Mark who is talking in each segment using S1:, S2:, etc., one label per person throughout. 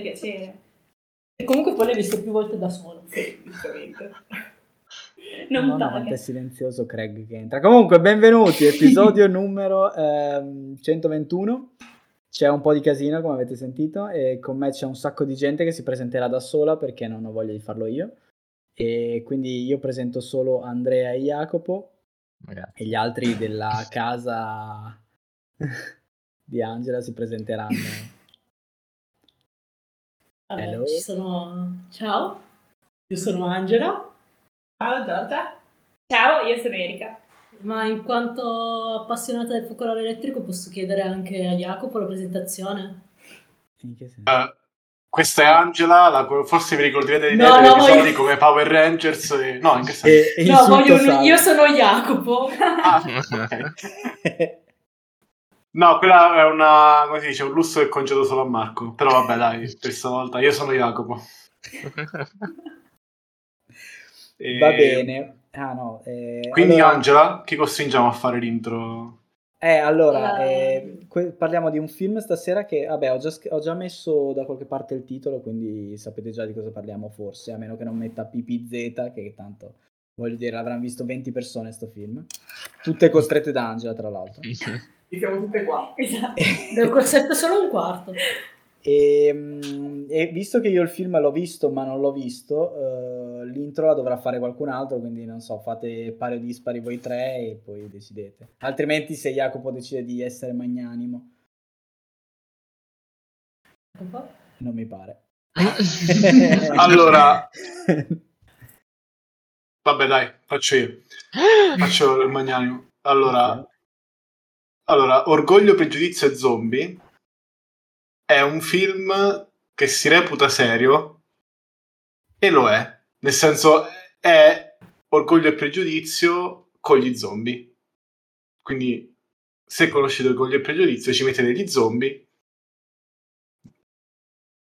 S1: piacere.
S2: E comunque poi l'hai visto più volte da solo.
S1: Sì, giustamente.
S2: Non
S3: Madonna,
S2: paga.
S3: quanto è silenzioso Craig che entra. Comunque, benvenuti, episodio numero ehm, 121. C'è un po' di casino, come avete sentito, e con me c'è un sacco di gente che si presenterà da sola perché non ho voglia di farlo io. E quindi io presento solo Andrea e Jacopo
S4: Ragazzi,
S3: e gli altri della casa di Angela si presenteranno.
S2: Vabbè,
S3: Hello.
S2: ci sono... Ciao, io sono Angela,
S1: Ciao Giorgia. Ciao, io sono Erika.
S2: ma in quanto appassionata del focolare elettrico posso chiedere anche a Jacopo la presentazione?
S3: In che senso?
S5: Eh, questa è Angela, la- forse vi ricorderete di me
S2: No,
S5: per
S2: no,
S5: episodi
S2: voglio-
S5: come Power Rangers. e- No, in che senso?
S3: E- e
S2: no,
S3: insulto
S2: voglio un-
S3: sano.
S2: io sono Jacopo.
S5: Ah, ok. No, quella è una, come si dice, un lusso che concedo solo a Marco. Però vabbè, dai, per stavolta io sono Jacopo. E-
S3: Va bene. Ah no. eh,
S5: Ehm, Quindi
S3: allora-
S5: Angela, chi costringiamo a fare l'intro?
S3: Eh, allora,
S2: Eh.
S3: eh, que- parliamo di un film stasera che, vabbè, ho già, sch- ho già messo da qualche parte il titolo, quindi sapete già di cosa parliamo forse, a meno che non metta PPZ, che tanto, voglio dire, l'avranno visto 20 persone sto film, tutte costrette da Angela, tra l'altro.
S1: Ci siamo tutte qua.
S2: Esatto. Devo corsetta solo un quarto.
S3: E, mm, e visto che io il film l'ho visto ma non l'ho visto, eh, l'intro la dovrà fare qualcun altro, quindi non so, fate pari o dispari voi tre e poi decidete. Altrimenti se Jacopo decide di essere magnanimo, non mi pare.
S5: Allora. Vabbè, dai, faccio io. Faccio il magnanimo. Allora, allora, Orgoglio, Pregiudizio e Zombie è un film che si reputa serio e lo è. Nel senso, è Orgoglio e Pregiudizio con gli zombie. Quindi, se conoscete Orgoglio e Pregiudizio, ci mettete gli zombie.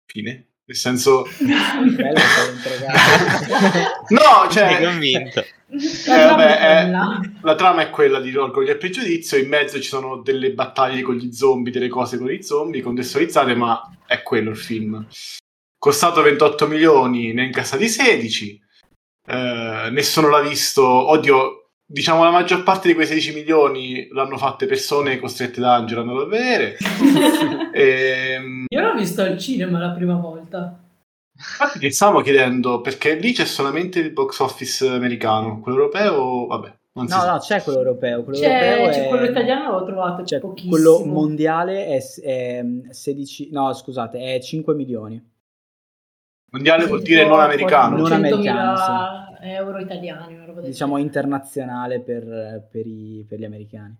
S5: Fine. Nel senso,
S3: Bello che sei intrigato.
S5: no,
S4: Sei
S5: cioè,
S4: convinto?
S5: eh, vabbè, eh,
S2: Bella.
S5: la trama è quella di Orgoglio e Pregiudizio, in mezzo ci sono delle battaglie con gli zombie, delle cose con i zombie, contestualizzate, ma è quello il film. Costato 28 milioni, ne ha incassati 16, eh, nessuno l'ha visto, oddio, diciamo la maggior parte di quei 16 milioni l'hanno fatte persone costrette da Angela ad andare a vedere. Ehm,
S6: Io l'ho visto al cinema la prima volta.
S5: infatti ti stavo chiedendo, perché lì c'è solamente il box office americano, quello europeo, vabbè, non si
S3: No,
S5: sa.
S3: no, c'è quello europeo. Quello,
S6: C'è,
S3: europeo
S6: c'è
S3: è-
S6: Cioè, quello italiano l'ho trovato
S3: cioè,
S6: pochissimo.
S3: quello mondiale è, s- è, mm, 16, no scusate, è 5 milioni.
S5: Mondiale vuol dire non americano.
S3: Non americano,
S6: 100.000 euro italiani, una roba del
S3: Diciamo internazionale per, per i- per gli americani.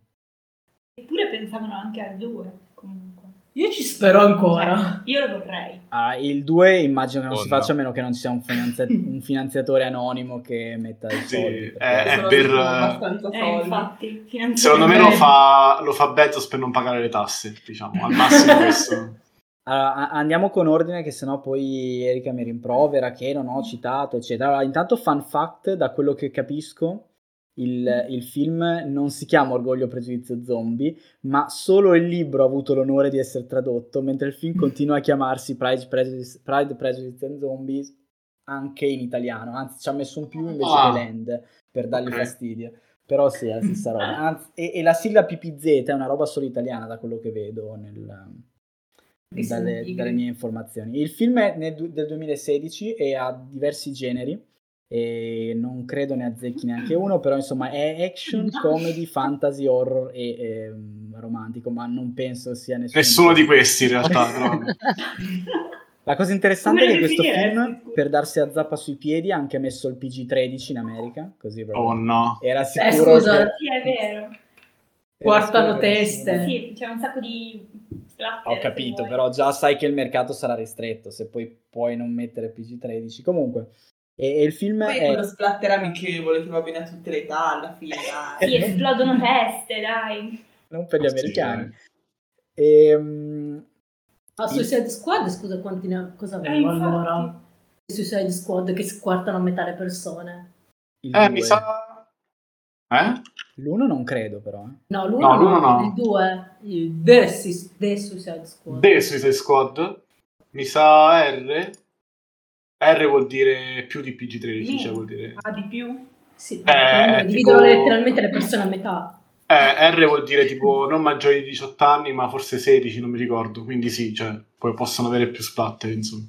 S1: Eppure pensavano anche a due, comunque.
S6: genere. Io ci spero ancora.
S1: Cioè, io lo vorrei.
S3: Ah, il 2 immagino che non
S4: Oh,
S3: si faccia
S4: no.
S3: a meno che non ci sia un, finanzia- un finanziatore anonimo che metta i
S5: Sì,
S3: soldi.
S5: eh,
S3: perché-
S5: eh,
S6: Sono
S5: per-
S6: abbastanza
S1: Eh,
S6: soldi.
S1: infatti.
S5: Secondo me
S1: finanziariamente.
S5: lo fa, lo fa Bezos per non pagare le tasse, diciamo, al massimo questo.
S3: Allora, a- andiamo con ordine che sennò poi Erika mi
S5: Mm.
S3: rimprovera che non ho citato, eccetera. Allora, intanto fun fact, da quello che capisco, il,
S5: Mm.
S3: il film non si chiama Orgoglio, Pregiudizio, Zombie, ma solo il libro ha avuto l'onore di essere tradotto, mentre il
S5: Mm.
S3: film continua a chiamarsi Pride, Prejudice, Pride, Prejudice and Zombies anche in italiano, anzi ci ha messo un più invece
S5: Ah.
S3: che Land per dargli
S5: Ok.
S3: fastidio. Però sì, è la stessa roba. Anzi, e, e la sigla PPZ è una roba solo italiana da quello che vedo nel-
S6: Che
S3: dalle,
S6: significa?
S3: dalle mie informazioni. Il film è nel du- del 2016 e ha diversi generi e non credo ne azzecchi neanche uno, però insomma è action, comedy, fantasy, horror e ehm, romantico, ma non penso sia nessuno,
S5: Nessuno di questi in realtà, però.
S3: La cosa interessante è
S1: Come
S3: che
S1: lo
S3: questo
S1: definiresti?
S6: eh?
S3: film, per darsi a zappa sui piedi, ha anche messo il PG-13 in America, così proprio
S5: Oh no.
S3: era
S6: Eh,
S3: sicuro
S6: scusa,
S3: che-
S1: Sì, è vero.
S6: guardano
S3: che
S6: teste.
S3: nessuno-
S1: Sì, c'è un sacco di splatter.
S3: Ho capito, però già sai che il mercato sarà ristretto se poi puoi non mettere PG-13. Comunque, e, e il film
S7: Poi
S3: è...
S7: quello splatter amichevole che va bene a tutte le età alla fine. dai.
S6: Eh,
S1: Sì, esplodono teste, dai.
S3: non per gli
S5: Sì,
S3: americani.
S5: eh.
S3: Ehm,
S2: Ah, Suicide Squad, scusa, quanti ne ha- cosa
S1: Eh,
S2: avevo
S1: infatti.
S2: allora? Suicide Squad che squartano a metà le persone.
S3: il
S5: Eh,
S3: due.
S5: mi sa... Eh?
S3: L'uno non credo, però. eh.
S2: No, l'uno
S5: No, l'uno no.
S2: il due, il The, Sus- The Suicide Squad.
S5: The Suicide Squad? Mi sa R. R vuol dire più di PG13, cioè vuol dire...
S1: Ah, di più?
S2: Sì,
S5: Eh,
S2: dividono
S5: tipo-
S2: letteralmente le persone a metà.
S5: Eh, R vuol dire tipo non maggiori di 18 anni, ma forse 16, non mi ricordo. Quindi sì, cioè, poi possono avere più splatte, insomma.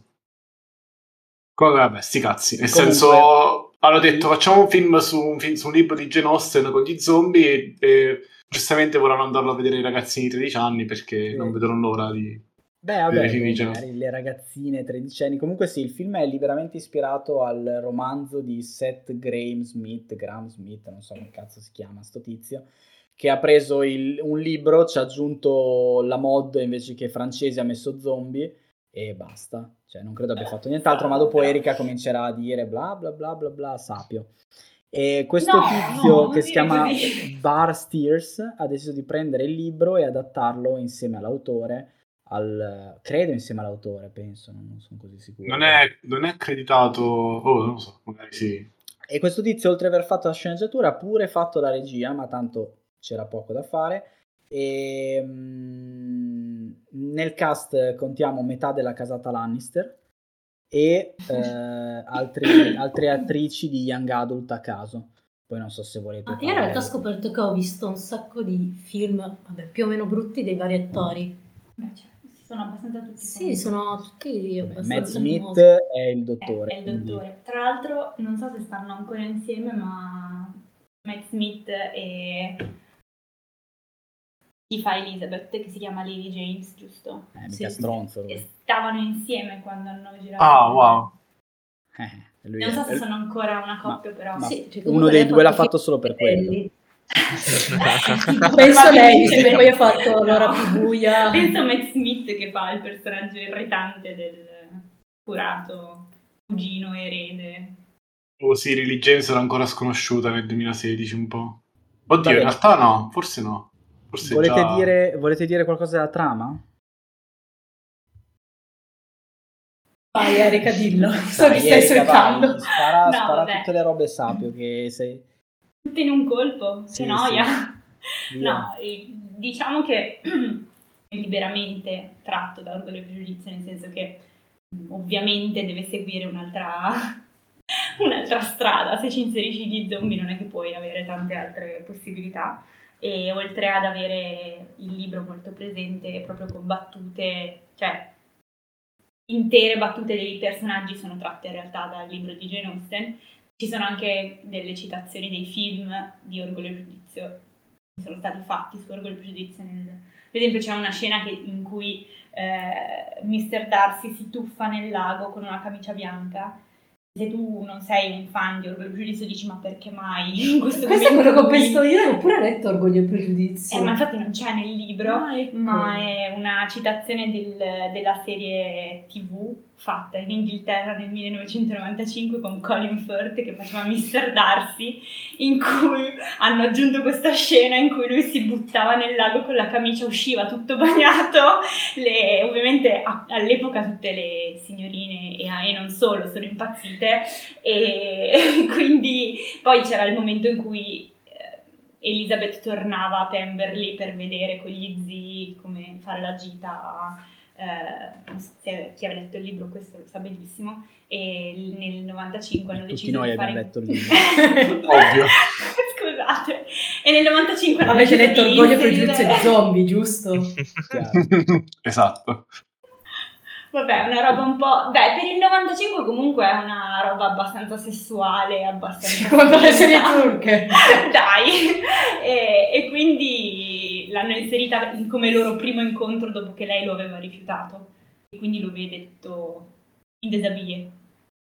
S5: Comunque, vabbè, sti cazzi. Nel
S3: Comunque-
S5: senso, hanno detto facciamo un film su un, film- su un libro di Jane Austen con gli zombie e, e giustamente vorranno andarlo a vedere i ragazzini di 13 anni perché
S3: Sì.
S5: non vedono l'ora di...
S3: Beh, vabbè,
S5: Eh, si dice,
S3: magari le ragazzine tredicenni. Comunque sì, il film è liberamente ispirato al romanzo di Seth Graham Smith, Graham Smith, non so come cazzo si chiama sto tizio, che ha preso il- un libro, ci ha aggiunto la mod invece che francese ha messo zombie e basta. Cioè, non credo abbia fatto nient'altro, ma dopo Erika comincerà a dire bla bla bla bla bla, sapio. E questo
S1: No,
S3: tizio
S1: no,
S3: che si
S1: dire
S3: chiama
S1: così.
S3: Bar Steers ha deciso di prendere il libro e adattarlo insieme all'autore, al, credo insieme all'autore, penso, non sono così sicuro.
S5: Non è, non è accreditato... Oh, non lo so, magari sì.
S3: E questo tizio, oltre ad aver fatto la sceneggiatura, ha pure fatto la regia, ma tanto c'era poco da fare. E, mm, nel cast contiamo metà della casata Lannister e eh, altri- altre attrici di Young Adult a caso. Poi non so se volete...
S2: Ma Ah, io in
S3: fare-
S2: realtà ho scoperto che ho visto un sacco di film, vabbè, più o meno brutti dei vari attori.
S1: Beh, cioè, sono abbastanza tutti.
S2: Sì, sono tutti
S3: Vabbè,
S2: abbastanza Eh,
S3: Matt Smith
S2: famosi.
S3: è il dottore.
S1: Eh, È il
S3: quindi-
S1: dottore. Tra l'altro, non so se stanno ancora insieme, ma Matt Smith e chi fa Elizabeth, che si chiama Lily James, giusto?
S3: Eh, mica
S2: Sì.
S3: stronzo. lui.
S1: E stavano insieme quando hanno girato.
S5: Ah, wow.
S3: Eh, lui
S1: Non so
S3: è-
S1: se sono ancora una coppia, però.
S3: ma-
S2: Sì, cioè,
S3: Uno
S2: comunque
S3: dei
S2: lei ha
S3: due l'ha
S2: fatto
S3: fatto solo per
S2: film
S3: quello.
S2: belli. Penso lei, visto che poi ha fatto l'ora più buia.
S1: Penso a Matt Smith che fa il personaggio irritante del curato cugino erede.
S5: Oh sì, Lily James era ancora sconosciuta nel 2016 un po'. Oddio,
S3: Vabbè.
S5: in realtà no, forse no. Forse
S3: Volete,
S5: già...
S3: dire, volete dire qualcosa della trama?
S6: Vai, Erika, dillo. So che
S3: Dai,
S6: stai
S3: Erika,
S6: cercando.
S3: vai, Spara,
S1: No,
S3: spara
S1: vabbè.
S3: tutte le robe sapio che sei...
S1: Tutte in un colpo,
S3: Sì,
S1: che noia.
S3: sì.
S1: No, eh, diciamo che è liberamente tratto da Orgoglio e Pregiudizio, nel senso che mm, ovviamente deve seguire un'altra, un'altra strada, se ci inserisci gli zombie non è che puoi avere tante altre possibilità e oltre ad avere il libro molto presente proprio con battute, cioè intere battute dei personaggi sono tratte in realtà dal libro di Jane Austen, ci sono anche delle citazioni dei film di Orgoglio e Pregiudizio che sono stati fatti su Orgoglio e Pregiudizio. nel- Per esempio c'è una scena che- in cui eh, Mr. Darcy si tuffa nel lago con una camicia bianca. Se tu non sei un fan di Orgoglio e Pregiudizio dici ma perché mai? in questo
S2: Questo è
S1: momento
S2: quello che ho
S1: qui?"
S2: pensato io, avevo pure letto Orgoglio e Pregiudizio.
S1: Eh, ma infatti non c'è nel libro,
S2: Ah, ecco.
S1: ma è una citazione del- della serie TV fatta in Inghilterra nel 1995 con Colin Firth che faceva Mr. Darcy, in cui hanno aggiunto questa scena in cui lui si buttava nel lago con la camicia, usciva tutto bagnato. Le- ovviamente a- all'epoca tutte le signorine e, e non solo sono impazzite e quindi poi c'era il momento in cui eh, Elizabeth tornava a Pemberley per vedere con gli zii come fare la gita. eh, non so se chi ha letto il libro questo lo sa benissimo e nel 95 hanno
S3: Tutti
S1: deciso
S3: noi
S1: di fare
S3: abbiamo letto il libro.
S5: Ovvio.
S1: Scusate. E nel 95 hanno
S6: Avete
S1: deciso
S6: letto
S1: di
S6: Orgoglio e
S1: inserire-
S6: Pregiudizio di zombie, giusto?
S3: Chiaro.
S5: esatto.
S1: Vabbè, una roba un po'. Beh, per il 95 comunque è una roba abbastanza sessuale, abbastanza.
S6: Secondo le serie
S1: finta.
S6: turche.
S1: Dai! E, e quindi l'hanno inserita in- come loro primo incontro dopo che lei lo aveva rifiutato. E quindi lo vede detto in desabie,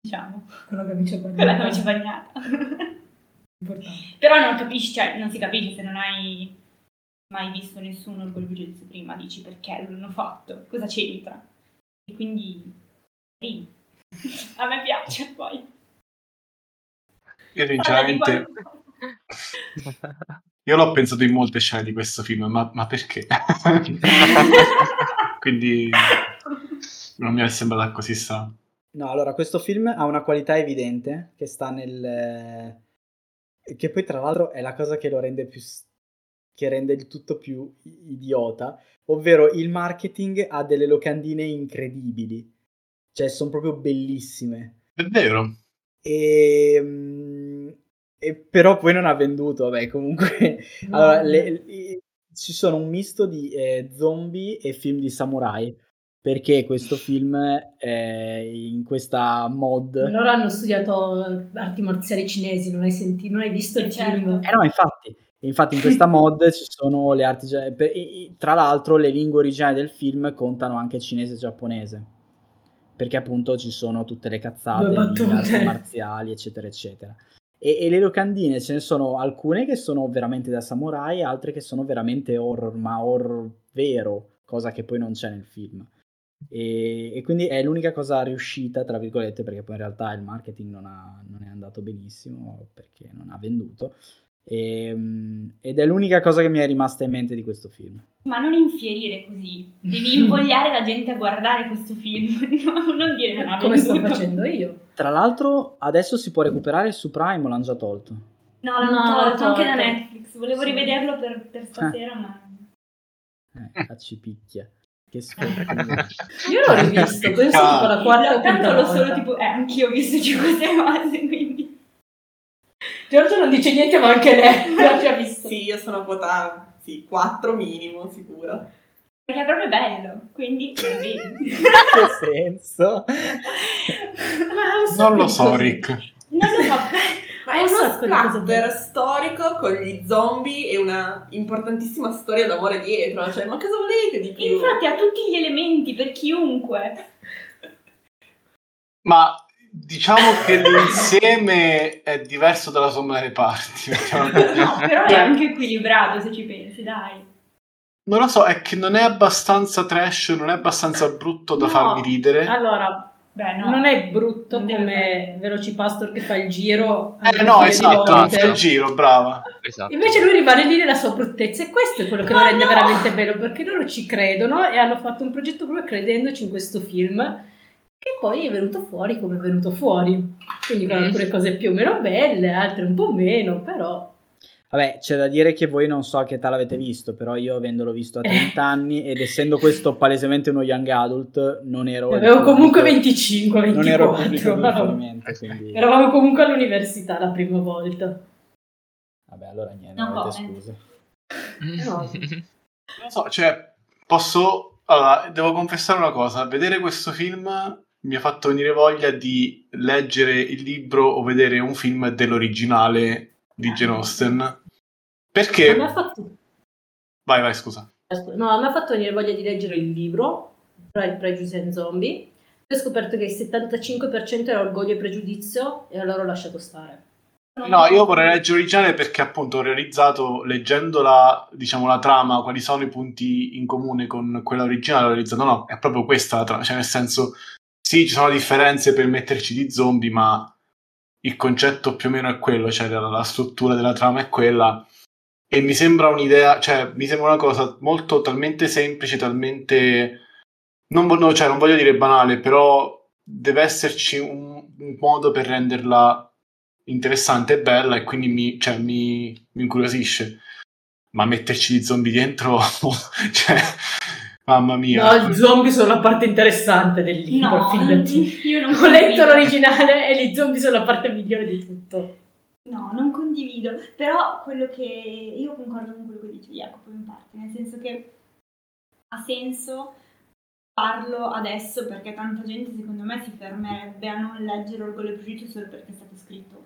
S1: diciamo,
S6: Con la camicia bagnata.
S1: con la camicia bagnata.
S6: Importante.
S1: Però non capisci, cioè, non si capisce se non hai mai visto nessuno orgoglio e pregiudizio prima, dici perché l'hanno fatto, cosa c'entra. E quindi. sì. A me piace poi.
S5: Io
S1: Parla di
S5: sinceramente...
S1: qualcosa.
S5: Io l'ho pensato in molte scene di questo film, ma, ma perché? Quindi non mi è sembrata così strano.
S3: No, allora, questo film ha una qualità evidente che sta nel... eh, che poi tra l'altro è la cosa che lo rende più... s- che rende il tutto più i- idiota, ovvero il marketing ha delle locandine incredibili. Cioè, sono proprio bellissime.
S5: È vero.
S3: E, mm, e però poi non ha venduto, vabbè, comunque.
S6: No.
S3: Allora, le- i- ci sono un misto di eh, zombie e film di samurai, perché questo film eh, in questa mod...
S2: Loro hanno studiato arti marziali cinesi, non hai, sentito, non hai visto il
S1: Certo.
S2: film?
S3: Eh no, infatti, infatti in questa mod ci sono le arti... gia- per- i- i- Tra l'altro le lingue originali del film contano anche cinese e giapponese, perché appunto ci sono tutte le cazzate
S6: Due
S3: di
S6: battute.
S3: arti marziali, eccetera, eccetera. E, e le locandine ce ne sono alcune che sono veramente da samurai, altre che sono veramente horror, ma horror vero, cosa che poi non c'è nel film. E, e quindi è l'unica cosa riuscita, tra virgolette, perché poi in realtà il marketing non, ha- non è andato benissimo perché non ha venduto. Ehm, ed è l'unica cosa che mi è rimasta in mente di questo film.
S1: Ma non infierire così, devi
S6: Mm.
S1: invogliare la gente a guardare questo film, No, non dire non ha
S6: Come sto
S1: venduto.
S6: facendo io?
S3: Tra l'altro, adesso si può recuperare su Prime, o l'hanno già tolto.
S1: No, l'hanno
S2: No,
S1: tolto anche da
S2: tolto.
S1: Netflix, volevo
S2: Sì.
S1: rivederlo per,
S6: Ah.
S1: per stasera, ma...
S3: Eh, cacci picchia. Che sfortuna.
S2: Io l'ho rivisto, penso
S5: Ah.
S2: tipo la quarta o
S1: Tanto
S2: quinta
S1: l'ho solo
S2: volta.
S1: tipo... Eh, anch'io ho visto 5-6 volte, quindi...
S6: Giorgio non dice niente, ma anche lei l'ha già visto.
S7: Sì, io sono votata, sì, 4 minimo, sicuro.
S1: Perché è proprio bello, quindi... quindi-
S3: che senso?
S5: Non lo so, Rick.
S1: non lo so,
S7: Ma
S2: Ho
S1: Oh,
S7: è
S2: un
S7: uno
S2: sacco di cose belle.
S7: splatter storico con gli zombie e una importantissima storia d'amore dietro. Cioè, ma cosa volete di più?
S1: infatti ha tutti gli elementi per chiunque.
S5: Ma diciamo che l'insieme è diverso dalla somma delle parti. diciamo. mettiamola così.
S1: No, però è anche equilibrato se ci pensi, dai.
S5: Non lo so, è che non è abbastanza trash, non è abbastanza brutto da
S2: No.
S5: farmi ridere.
S2: Allora,
S1: Beh, no.
S2: non è brutto
S1: Non deve
S2: come Velocipastor che fa il giro.
S5: eh no,
S2: alle
S5: esatto,
S2: volte.
S5: anche il giro, brava.
S4: Esatto.
S2: Invece lui rimane lì nella sua bruttezza e questo è quello che lo
S1: Ma
S2: rende
S1: no!
S2: veramente bello perché loro ci credono e hanno fatto un progetto proprio credendoci in questo film che poi è venuto fuori come è venuto fuori. Quindi con
S4: Mm.
S2: alcune cose più o meno belle, altre un po' meno, però
S3: Vabbè, c'è da dire che voi non so a che età l'avete visto, però io avendolo visto
S2: Eh.
S3: a 30 anni ed essendo questo palesemente uno young adult, non ero...
S2: avevo
S3: il
S2: comunque
S3: pubblico-
S2: 25,
S3: Non ero il
S2: 24.
S3: pubblico di
S2: ma-
S3: riferimento, quindi...
S2: Eravamo comunque all'università la prima volta.
S3: Vabbè, allora niente,
S1: No, eh.
S3: avete
S1: comment.
S3: scuse.
S4: Mm.
S2: No.
S4: Eh,
S5: Non lo so, cioè, posso... Allora, devo confessare una cosa, vedere questo film mi ha fatto venire voglia di leggere il libro o vedere un film dell'originale di Jane Austen. Perché...
S3: Eh.
S2: Ma Mi ha fatto
S5: Vai, vai, scusa.
S2: Ascolta, Certo. No, mi ha fatto venire voglia di leggere il libro, tra il Prejudice and Zombie. Poi ho scoperto che il 75% era orgoglio e pregiudizio e allora ho lasciato stare.
S5: No, io vorrei leggere l'originale perché appunto ho realizzato, leggendo la, diciamo, la trama, quali sono i punti in comune con quella originale, ho realizzato no, è proprio questa la trama, cioè nel senso, sì, ci sono differenze per metterci di zombie, ma il concetto più o meno è quello, cioè la, la struttura della trama è quella, e mi sembra un'idea, cioè mi sembra una cosa molto talmente semplice, talmente... Non, vo- no, cioè, non voglio dire banale, però deve esserci un, un modo per renderla interessante e bella e quindi mi, cioè, mi, mi incuriosisce. Ma metterci gli zombie dentro, cioè, mamma mia.
S2: No, i zombie sono la parte interessante del libro,
S1: No,
S2: fidati.
S1: io non
S2: Ho letto
S1: condivido.
S2: l'originale e gli zombie sono la parte migliore di tutto.
S1: No, non condivido, però quello che io concordo con quello che dice Jacopo in parte, nel senso che ha senso farlo adesso perché tanta gente secondo me si fermerebbe a non leggere Orgoglio e Pregiudizio solo perché è stato scritto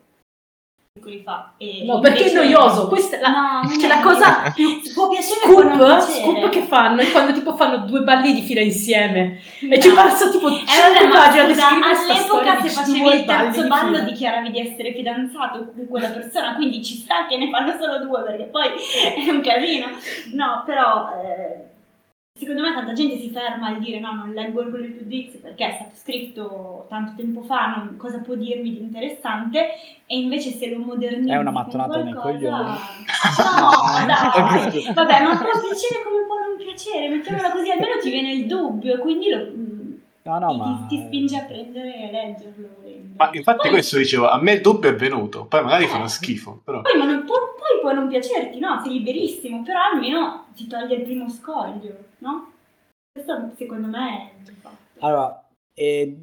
S1: secoli fa. E
S2: No, perché è
S1: invece-
S2: noioso. Questa è la,
S1: No, non
S2: cioè,
S1: è
S2: la cosa
S1: noioso. può piacere o può non
S2: scoop, eh,
S1: piacere.
S2: scoop che fanno è quando tipo fanno due balli di fila insieme
S1: No.
S2: e ci passa tipo
S1: Eh, vabbè,
S2: 5
S1: ma
S2: pagine a
S1: scusa,
S2: descrivere sta storia
S1: all'epoca
S2: di
S1: se facevi
S2: due
S1: il terzo
S2: balli
S1: ballo
S2: fila.
S1: dichiaravi di essere fidanzato con quella persona, quindi ci sta che ne fanno solo due perché poi è un casino. No, però eh, secondo me tanta gente si ferma al dire no, non leggo il Bullet to Dix perché è stato scritto tanto tempo fa, non- cosa può dirmi di interessante e invece se lo modernizzi
S3: È una
S1: con
S3: mattonata nei
S1: qualcosa-
S3: coglioni.
S1: No, dai.
S3: Scusa.
S1: Vabbè, ma può piacere come può non piacere, mettiamola così, almeno ti viene il dubbio, quindi lo, mm,
S3: No, no, ma...
S1: ti, ti spinge a prendere e a leggerlo. volendo.
S5: Ma infatti
S1: poi,
S5: questo dicevo, a me il dubbio è venuto, poi magari fa uno schifo, però...
S1: Poi, ma non può, poi può non piacerti, no? Sei liberissimo, però almeno ti toglie il primo
S3: Ah.
S1: scoglio, no? Questo secondo me è... il fatto.
S3: Allora, eh,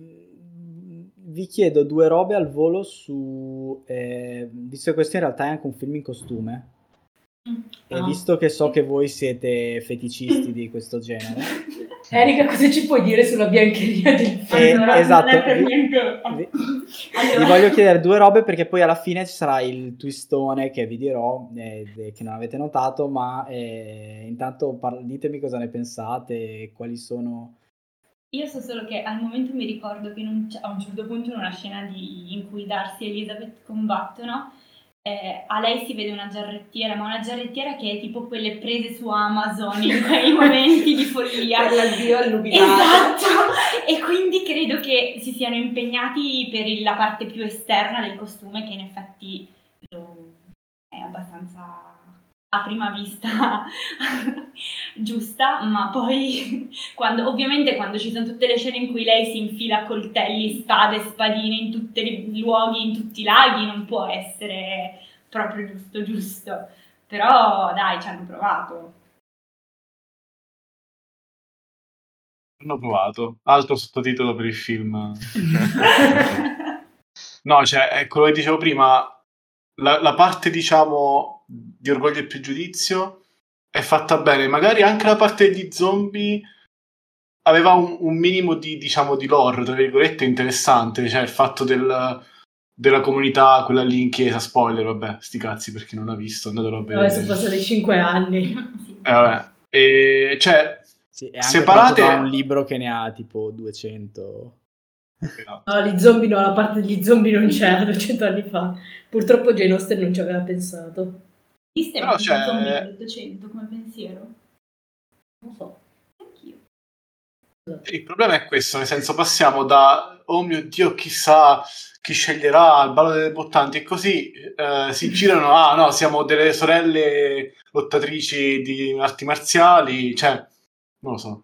S3: vi chiedo due robe al volo su... eh, visto che questo in realtà è anche un film in costume, e
S2: No.
S3: visto che so che voi siete feticisti di questo genere,
S6: Erika, cosa ci puoi dire sulla biancheria del film?
S3: Eh,
S1: Allora,
S3: esatto.
S1: non è per niente-
S3: vi- vi
S1: Allora,
S3: voglio chiedere due robe perché poi alla fine ci sarà il twistone che vi dirò, eh, de- che non avete notato, ma eh, intanto par- ditemi cosa ne pensate, e quali sono...
S1: Io so solo che al momento mi ricordo che in un- a un certo punto in una scena di- in cui Darcy e Elizabeth combattono, eh, a lei si vede una giarrettiera, ma una giarrettiera che è tipo quelle prese su Amazon in quei momenti di follia.
S7: Per l'addio all'ubinato.
S1: ah, Esatto, e quindi credo che si siano impegnati per il- la parte più esterna del costume che in effetti lo- è abbastanza a prima vista giusta, ma poi quando- ovviamente quando ci sono tutte le scene in cui lei si infila coltelli, spade, spadine in tutti i luoghi, in tutti i laghi, non può essere proprio giusto giusto, però dai ci hanno provato.
S5: Hanno provato. Altro sottotitolo per il film. No, cioè, è quello che dicevo prima, la, la parte, diciamo, di orgoglio e pregiudizio è fatta bene. Magari anche la parte degli zombie aveva un, un minimo di, diciamo, di lore, tra virgolette, interessante. Cioè, il fatto del- della comunità, quella lì in chiesa, spoiler, vabbè, sti cazzi per chi non l'ha visto, andatelo a vedere.
S2: Vabbè, sono passati 5 anni.
S1: Sì.
S5: Eh, vabbè. E, cioè,
S3: Sì, è anche
S5: Separate-
S3: tratto da un libro che ne ha tipo 200.
S2: No, gli zombie no, la parte degli zombie non c'era 200 anni fa. Purtroppo Jane Austen non ci aveva pensato.
S1: Esiste
S5: Però
S1: un
S5: c'è-
S1: zombie dell'Ottocento come pensiero?
S2: Non so.
S1: Anch'io.
S5: Il problema è questo, nel senso passiamo da oh mio Dio, chissà chi sceglierà al ballo delle bottanti e così eh, si girano, ah no, siamo delle sorelle lottatrici di arti marziali, cioè, non lo so.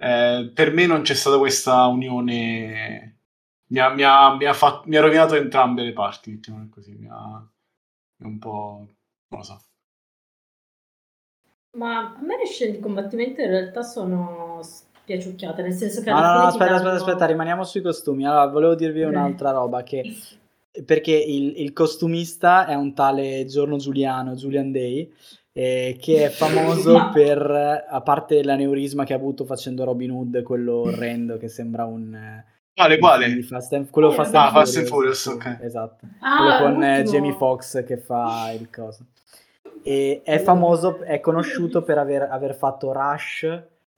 S5: Eh, per me non c'è stata questa unione, mi ha, mi ha- mi ha fa- mi ha rovinato entrambe le parti, mettiamola così, mi ha mi ha un po', non lo so.
S2: Ma a me le scene di combattimento in realtà sono spiaciucchiate, nel senso che
S3: No,
S2: alla
S3: no,
S2: fine
S3: no,
S2: ti
S3: aspetta,
S2: danno-
S3: aspetta, aspetta, rimaniamo sui costumi. Allora, volevo dirvi
S2: Ok.
S3: un'altra roba che... Perché il, il costumista è un tale Giorno Giuliano, Julian Day, eh, che è famoso per, eh, a parte l'aneurisma che ha avuto facendo Robin Hood, quello orrendo che sembra un... eh,
S5: Quale,
S3: un film
S5: quale?
S3: di Fast and- quello
S2: Eh,
S3: Fast
S2: ah,
S3: and Furious.
S5: Fast and Furious, ok.
S3: Esatto quello
S2: Ah,
S3: con eh,
S2: l'ultimo.
S3: Jamie Foxx che fa il coso. E è famoso, è conosciuto per aver, aver fatto Rush,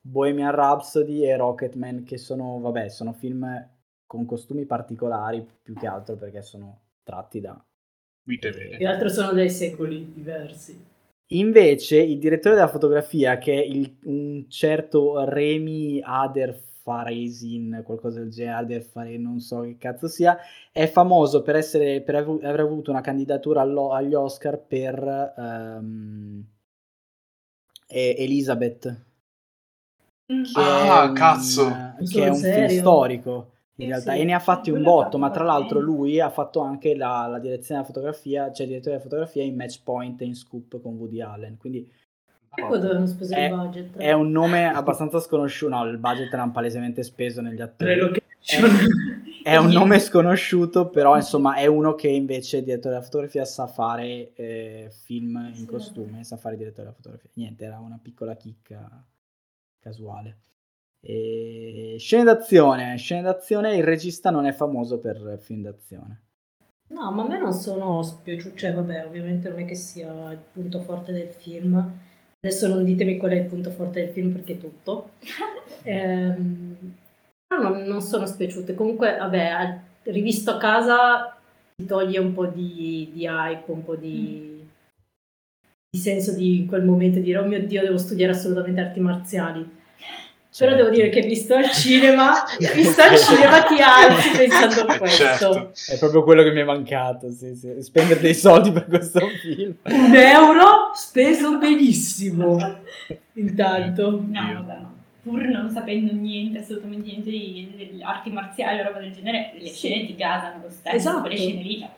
S3: Bohemian Rhapsody e Rocketman, che sono, vabbè, sono film con costumi particolari più che altro perché sono tratti da...
S5: Guida bene.
S2: Più che altro sono dei secoli diversi.
S3: Invece il direttore della fotografia, che è il- un certo Remy Aderfaresin, qualcosa del genere, Aderfare, non so che cazzo sia, è famoso per, essere, per avu- aver avuto una candidatura allo- agli Oscar per ehm, e- Elizabeth,
S1: Mm.
S3: che
S5: Ah,
S3: è un,
S5: cazzo.
S3: Che è un
S2: Sul serio?
S3: film storico. In
S1: Sì,
S3: realtà,
S1: sì.
S3: e ne ha fatti un
S1: Quello ha
S3: botto,
S1: fatto
S3: ma tra
S1: qualcosa.
S3: l'altro lui ha fatto anche la, la direzione della fotografia, cioè direttore della fotografia in Match Point e in Scoop con Woody Allen, quindi
S2: Ecco dovevano sposare
S3: È-
S2: il budget.
S3: Eh, È un nome abbastanza sconosciuto. No, il budget l'hanno palesemente speso negli attori. È un nome sconosciuto, però insomma è uno che invece direttore della fotografia sa fare eh, film in
S1: Sì.
S3: costume, sa fare direttore della fotografia. Niente, era una piccola chicca casuale. E... Scene d'azione. Scene d'azione, il regista non è famoso per film d'azione.
S2: No, ma a me non sono spiaciuti, cioè vabbè, ovviamente non è che sia il punto forte del film. Adesso non ditemi qual è il punto forte del film perché è tutto. Ehm, però non, non sono spiaciute. Comunque, vabbè, al- rivisto a casa ti toglie un po' di, di hype, un po' di, di senso di in quel momento di dire oh mio Dio, devo studiare assolutamente arti marziali. Però devo dire che visto al cinema, visto al cinema ti alzi pensando a
S5: Eh,
S2: questo.
S5: certo.
S3: È proprio quello che mi è mancato, sì, sì. Spendere dei soldi per questo film.
S2: un euro speso benissimo. Intanto,
S1: No,
S5: Dio.
S1: vabbè, no. Ah, Pur non sapendo niente, assolutamente niente di, di arti marziali o roba del genere, le
S2: Sì.
S1: scene ti gasano lo stesso,
S2: Esatto.
S1: quelle scene lì. cioè,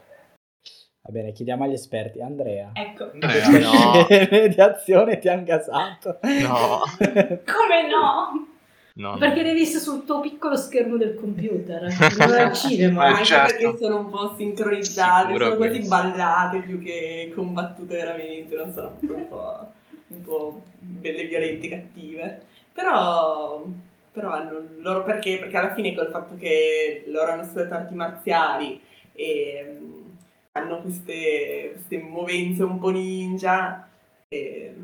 S3: Va bene, chiediamo agli esperti. Andrea.
S1: Ecco,
S5: Andrea.
S3: che
S4: no.
S3: scene di azione ti hanno gasato?
S4: No.
S1: come no?
S4: No, no.
S2: Perché l'hai visto sul tuo piccolo schermo del computer, non al
S5: Eh,
S2: cinema.
S7: anche
S5: certo.
S7: perché sono un po' sincronizzate,
S4: Ah, Sicuro
S7: sono quasi
S4: questo.
S7: ballate più che combattute veramente, non so, un po', un po' belle violente, cattive. Però, però hanno il loro perché, perché alla fine col fatto che loro hanno studiato arti marziali e mm, hanno queste, queste movenze un po' ninja, e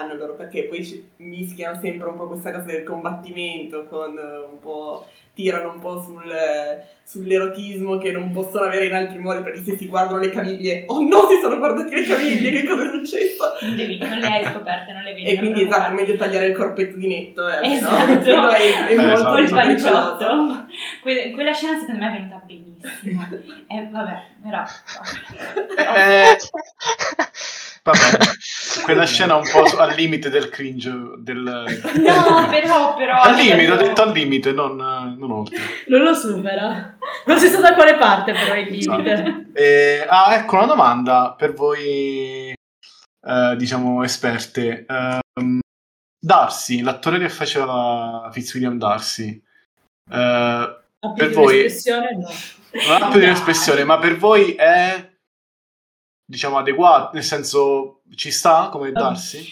S7: hanno il loro perché, poi ci mischiano sempre un po' questa cosa del combattimento con eh, un po' tirano un po' sul, eh, sull'erotismo che non possono avere in altri modi perché se si guardano le caviglie, oh no, si sono guardati le caviglie, che cosa è successo?
S1: Non le vedi, non le hai scoperte, non le vedi.
S7: E
S1: non
S7: quindi esatto, è
S1: preoccuparti.
S7: meglio tagliare il corpetto di netto, eh,
S1: Esatto.
S7: no? Quello è, è
S5: Eh,
S7: molto
S5: esatto.
S1: Col
S7: pericoloso.
S1: panciotto. Que- quella scena secondo me è venuta benissimo. Eh, vabbè, però...
S5: Eh, vabbè, quella scena un po' su- al limite del cringe, del...
S1: No, però, però...
S5: al limite, ho detto al limite, non, non oltre.
S2: Non lo supera. Non si sa da quale parte però il limite.
S5: Eh, ah, ecco una domanda per voi, eh, diciamo, esperte. Ehm, Darcy, l'attore che faceva la Fitzwilliam Darcy, eh, non
S2: Ha
S5: Per
S2: più di
S5: voi-
S2: un'espressione no.
S5: ha più di un'espressione, ma per voi è, diciamo, adeguato, nel senso, ci sta
S1: Oh,
S5: come Darcy?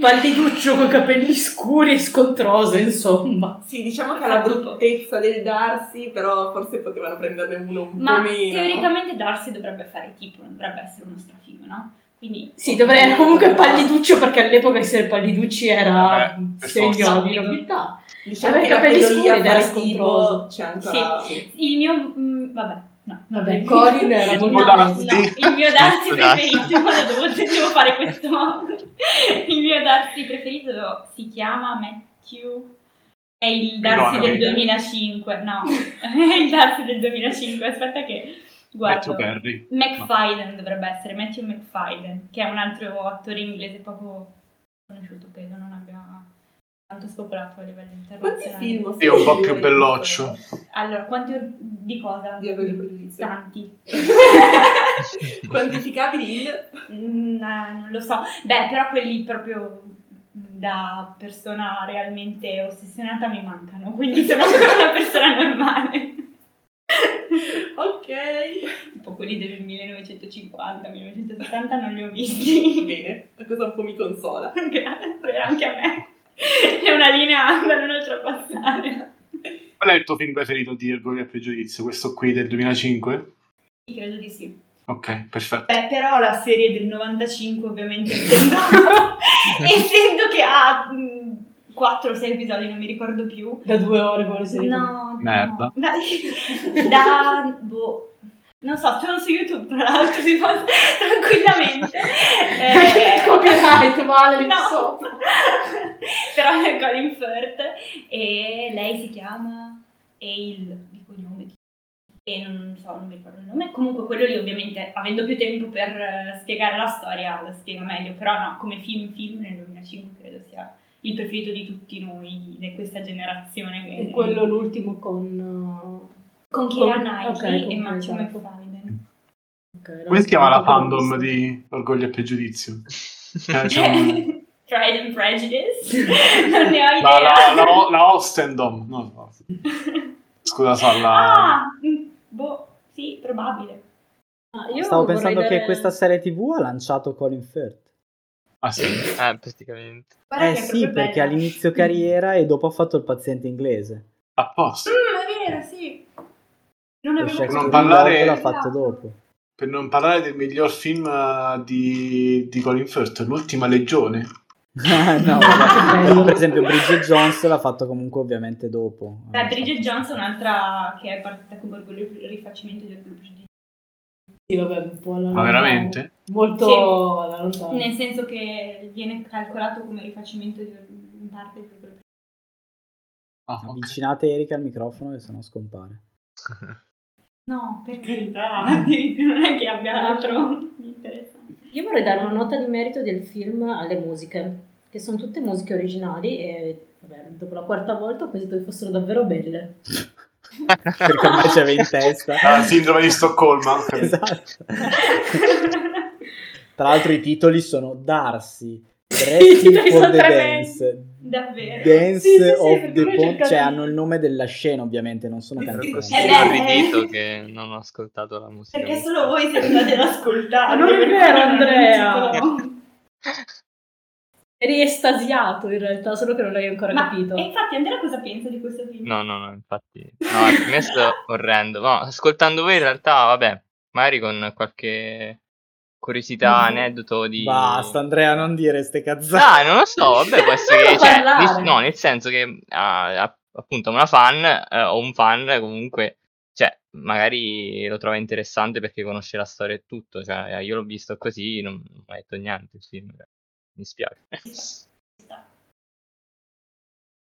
S2: Palliduccio con capelli scuri e scontrose, insomma.
S7: Sì, diciamo che ha la
S1: Esatto.
S7: bruttezza del darsi, però forse potevano prenderne uno un
S1: Ma
S7: po' meno.
S1: teoricamente Darcy dovrebbe fare tipo, non dovrebbe essere uno strafigo, no? Quindi...
S2: Sì, dovrei comunque palliduccio perché all'epoca essere palliducci era
S5: Eh, per
S2: segno
S1: forza.
S2: di nobiltà.
S7: diciamo
S2: avere
S7: che la
S2: capelli
S7: pedolia
S2: scuri dà
S7: fa
S2: scontroso.
S7: tipo, c'è anche
S1: Sì,
S7: la-
S1: il mio... mm, vabbè, no.
S2: Vabbè, Corin era
S1: No,
S2: molto...
S1: no,
S5: Darcy.
S1: il mio Darcy
S4: Molto Darcy.
S1: preferito, guarda, devo, devo fare questo. Il mio Darcy preferito si chiama Matthew. È il Darcy
S5: Economy.
S1: del 2005. No, è il Darcy del 2005. Aspetta, che guardo.
S5: Matthew Perry.
S1: McFadden dovrebbe essere Matthew McFadden, che è un altro attore inglese poco conosciuto, credo non abbia tanto spopolato a livello
S7: Quanti
S1: internazionale.
S7: film? ho
S5: Sì, un po'
S7: seguito
S5: più
S7: di-
S5: belloccio.
S1: Allora, quanti or- di cosa?
S7: Di Orgoglio e Pregiudizio.
S1: Tanti.
S7: Quantificabili in...
S1: Mm, eh, non lo so. Beh, però quelli proprio da persona realmente ossessionata mi mancano, quindi sono ancora una persona normale.
S7: Ok.
S1: Tipo quelli del 1950, 1970 non li ho visti.
S7: Bene, la cosa un po' mi consola.
S1: Grazie, anche a me. È una linea da non oltrepassare.
S5: Qual è il tuo film preferito di Ergo e Pregiudizio? Questo qui del 2005?
S1: Sì, Credo di sì.
S5: Ok, perfetto.
S1: Beh, però la serie del 95 ovviamente essendo, essendo che ha 4 o 6 episodi, non mi ricordo più.
S2: Da due ore con le serie.
S1: No,
S5: Merda.
S1: no. Dai, da boh. Non so, sono su YouTube, tra l'altro, si può tranquillamente. Eh,
S6: Copyright, vale,
S1: No.
S6: non so.
S1: Però è Colin Firth e lei si chiama Hale di cognome. E non so, non mi ricordo il nome. Comunque quello lì ovviamente, avendo più tempo per eh, spiegare la storia, la spiega meglio. Però no, come film film nel 2005 credo sia il preferito di tutti noi, di questa generazione.
S2: E quello l'ultimo con... uh,
S1: con Keira
S2: con-
S1: Knightley
S2: ok, esatto. con
S1: e Matthew
S2: Keira.
S1: McFadden.
S2: eh, ok, no,
S5: Come si chiama la
S2: non
S5: fandom
S2: so.
S5: di Orgoglio e Pregiudizio? Eh, c'è un-
S1: Pride and Prejudice? non ne ho idea.
S5: La, la, la, la Ostendom, no, no. Scusa, Salla.
S1: Ah, mm, boh, sì, probabile.
S2: Ah, io
S3: Stavo
S2: vorrei
S3: pensando
S2: dare-
S3: che questa serie TV ha lanciato Colin Firth.
S5: Ah, sì.
S4: Ah, praticamente.
S1: Guarda
S3: Eh
S1: che è
S3: sì,
S1: proprio
S3: perché
S1: bella.
S3: all'inizio carriera e dopo ha fatto il paziente inglese.
S5: Apposta.
S1: Mm, è vero, sì. Non
S3: Lo
S1: avevo
S3: Shakespeare
S5: non
S3: in
S1: capito.
S5: parlare-
S3: Love l'ha fatto dopo.
S5: Per non parlare del miglior film eh, di, di Colin Firth, L'ultima legione.
S3: Ah, no,
S2: bello.
S3: vabbè. per esempio Bridget Jones l'ha fatto comunque ovviamente dopo.
S1: Beh, Bridget Jones è un'altra che è partita con quello rifacimento del gruppo di-
S2: Sì, vabbè, un po' alla-
S5: Ma veramente?
S2: Molto
S1: Sì.
S2: alla lontana.
S1: Nel senso che viene calcolato come rifacimento di in parte di quello
S5: Ah, ok.
S3: Avvicinate Erika al microfono che sennò scompare.
S1: No, per carità, non è che abbia altro di interessante.
S2: Io vorrei dare una nota di merito del film alle musiche, che sono tutte musiche originali e vabbè, dopo la quarta volta ho pensato che fossero davvero belle.
S3: Perché ormai c'aveva in testa.
S5: La sindrome di Stoccolma. ok.
S3: Esatto. Tra l'altro i titoli sono Darcy, Dressing for the
S2: sono tremendi.
S3: Dance,
S1: Davvero.
S3: Dance
S6: Sì, sì, sì,
S3: of
S6: perché
S3: the
S6: noi
S3: Pond,
S6: cercavamo-
S3: cioè hanno il nome della scena ovviamente, non sono
S5: Sì,
S3: cantanti.
S5: sì, sì.
S1: Eh
S4: Sono
S1: beh,
S4: avvedito che non ho ascoltato la musica.
S1: Perché solo voi siete andati ad ascoltare.
S5: Cioè,
S2: Non è
S1: perché
S2: vero,
S1: non
S2: Andrea.
S1: esistono.
S2: Eri estasiato in realtà, solo che non l'hai ancora
S1: Ma
S2: capito.
S1: e infatti Andrea cosa pensa di questo film?
S4: No, no, no, infatti. No, il messo è orrendo. No, ascoltando voi in realtà, vabbè, magari con qualche curiosità,
S2: Mm.
S4: aneddoto di...
S3: Basta Andrea, non dire ste cazzate.
S4: Ah, non lo so, vabbè, può essere che...
S2: Fallo
S4: Cioè,
S2: parlare.
S4: nel- no, nel senso che ah, app- appunto una fan eh, o un fan comunque, cioè, magari lo trova interessante perché conosce la storia e tutto. Cioè, io l'ho visto così, non, non mi ha detto niente il film. Mi spiace.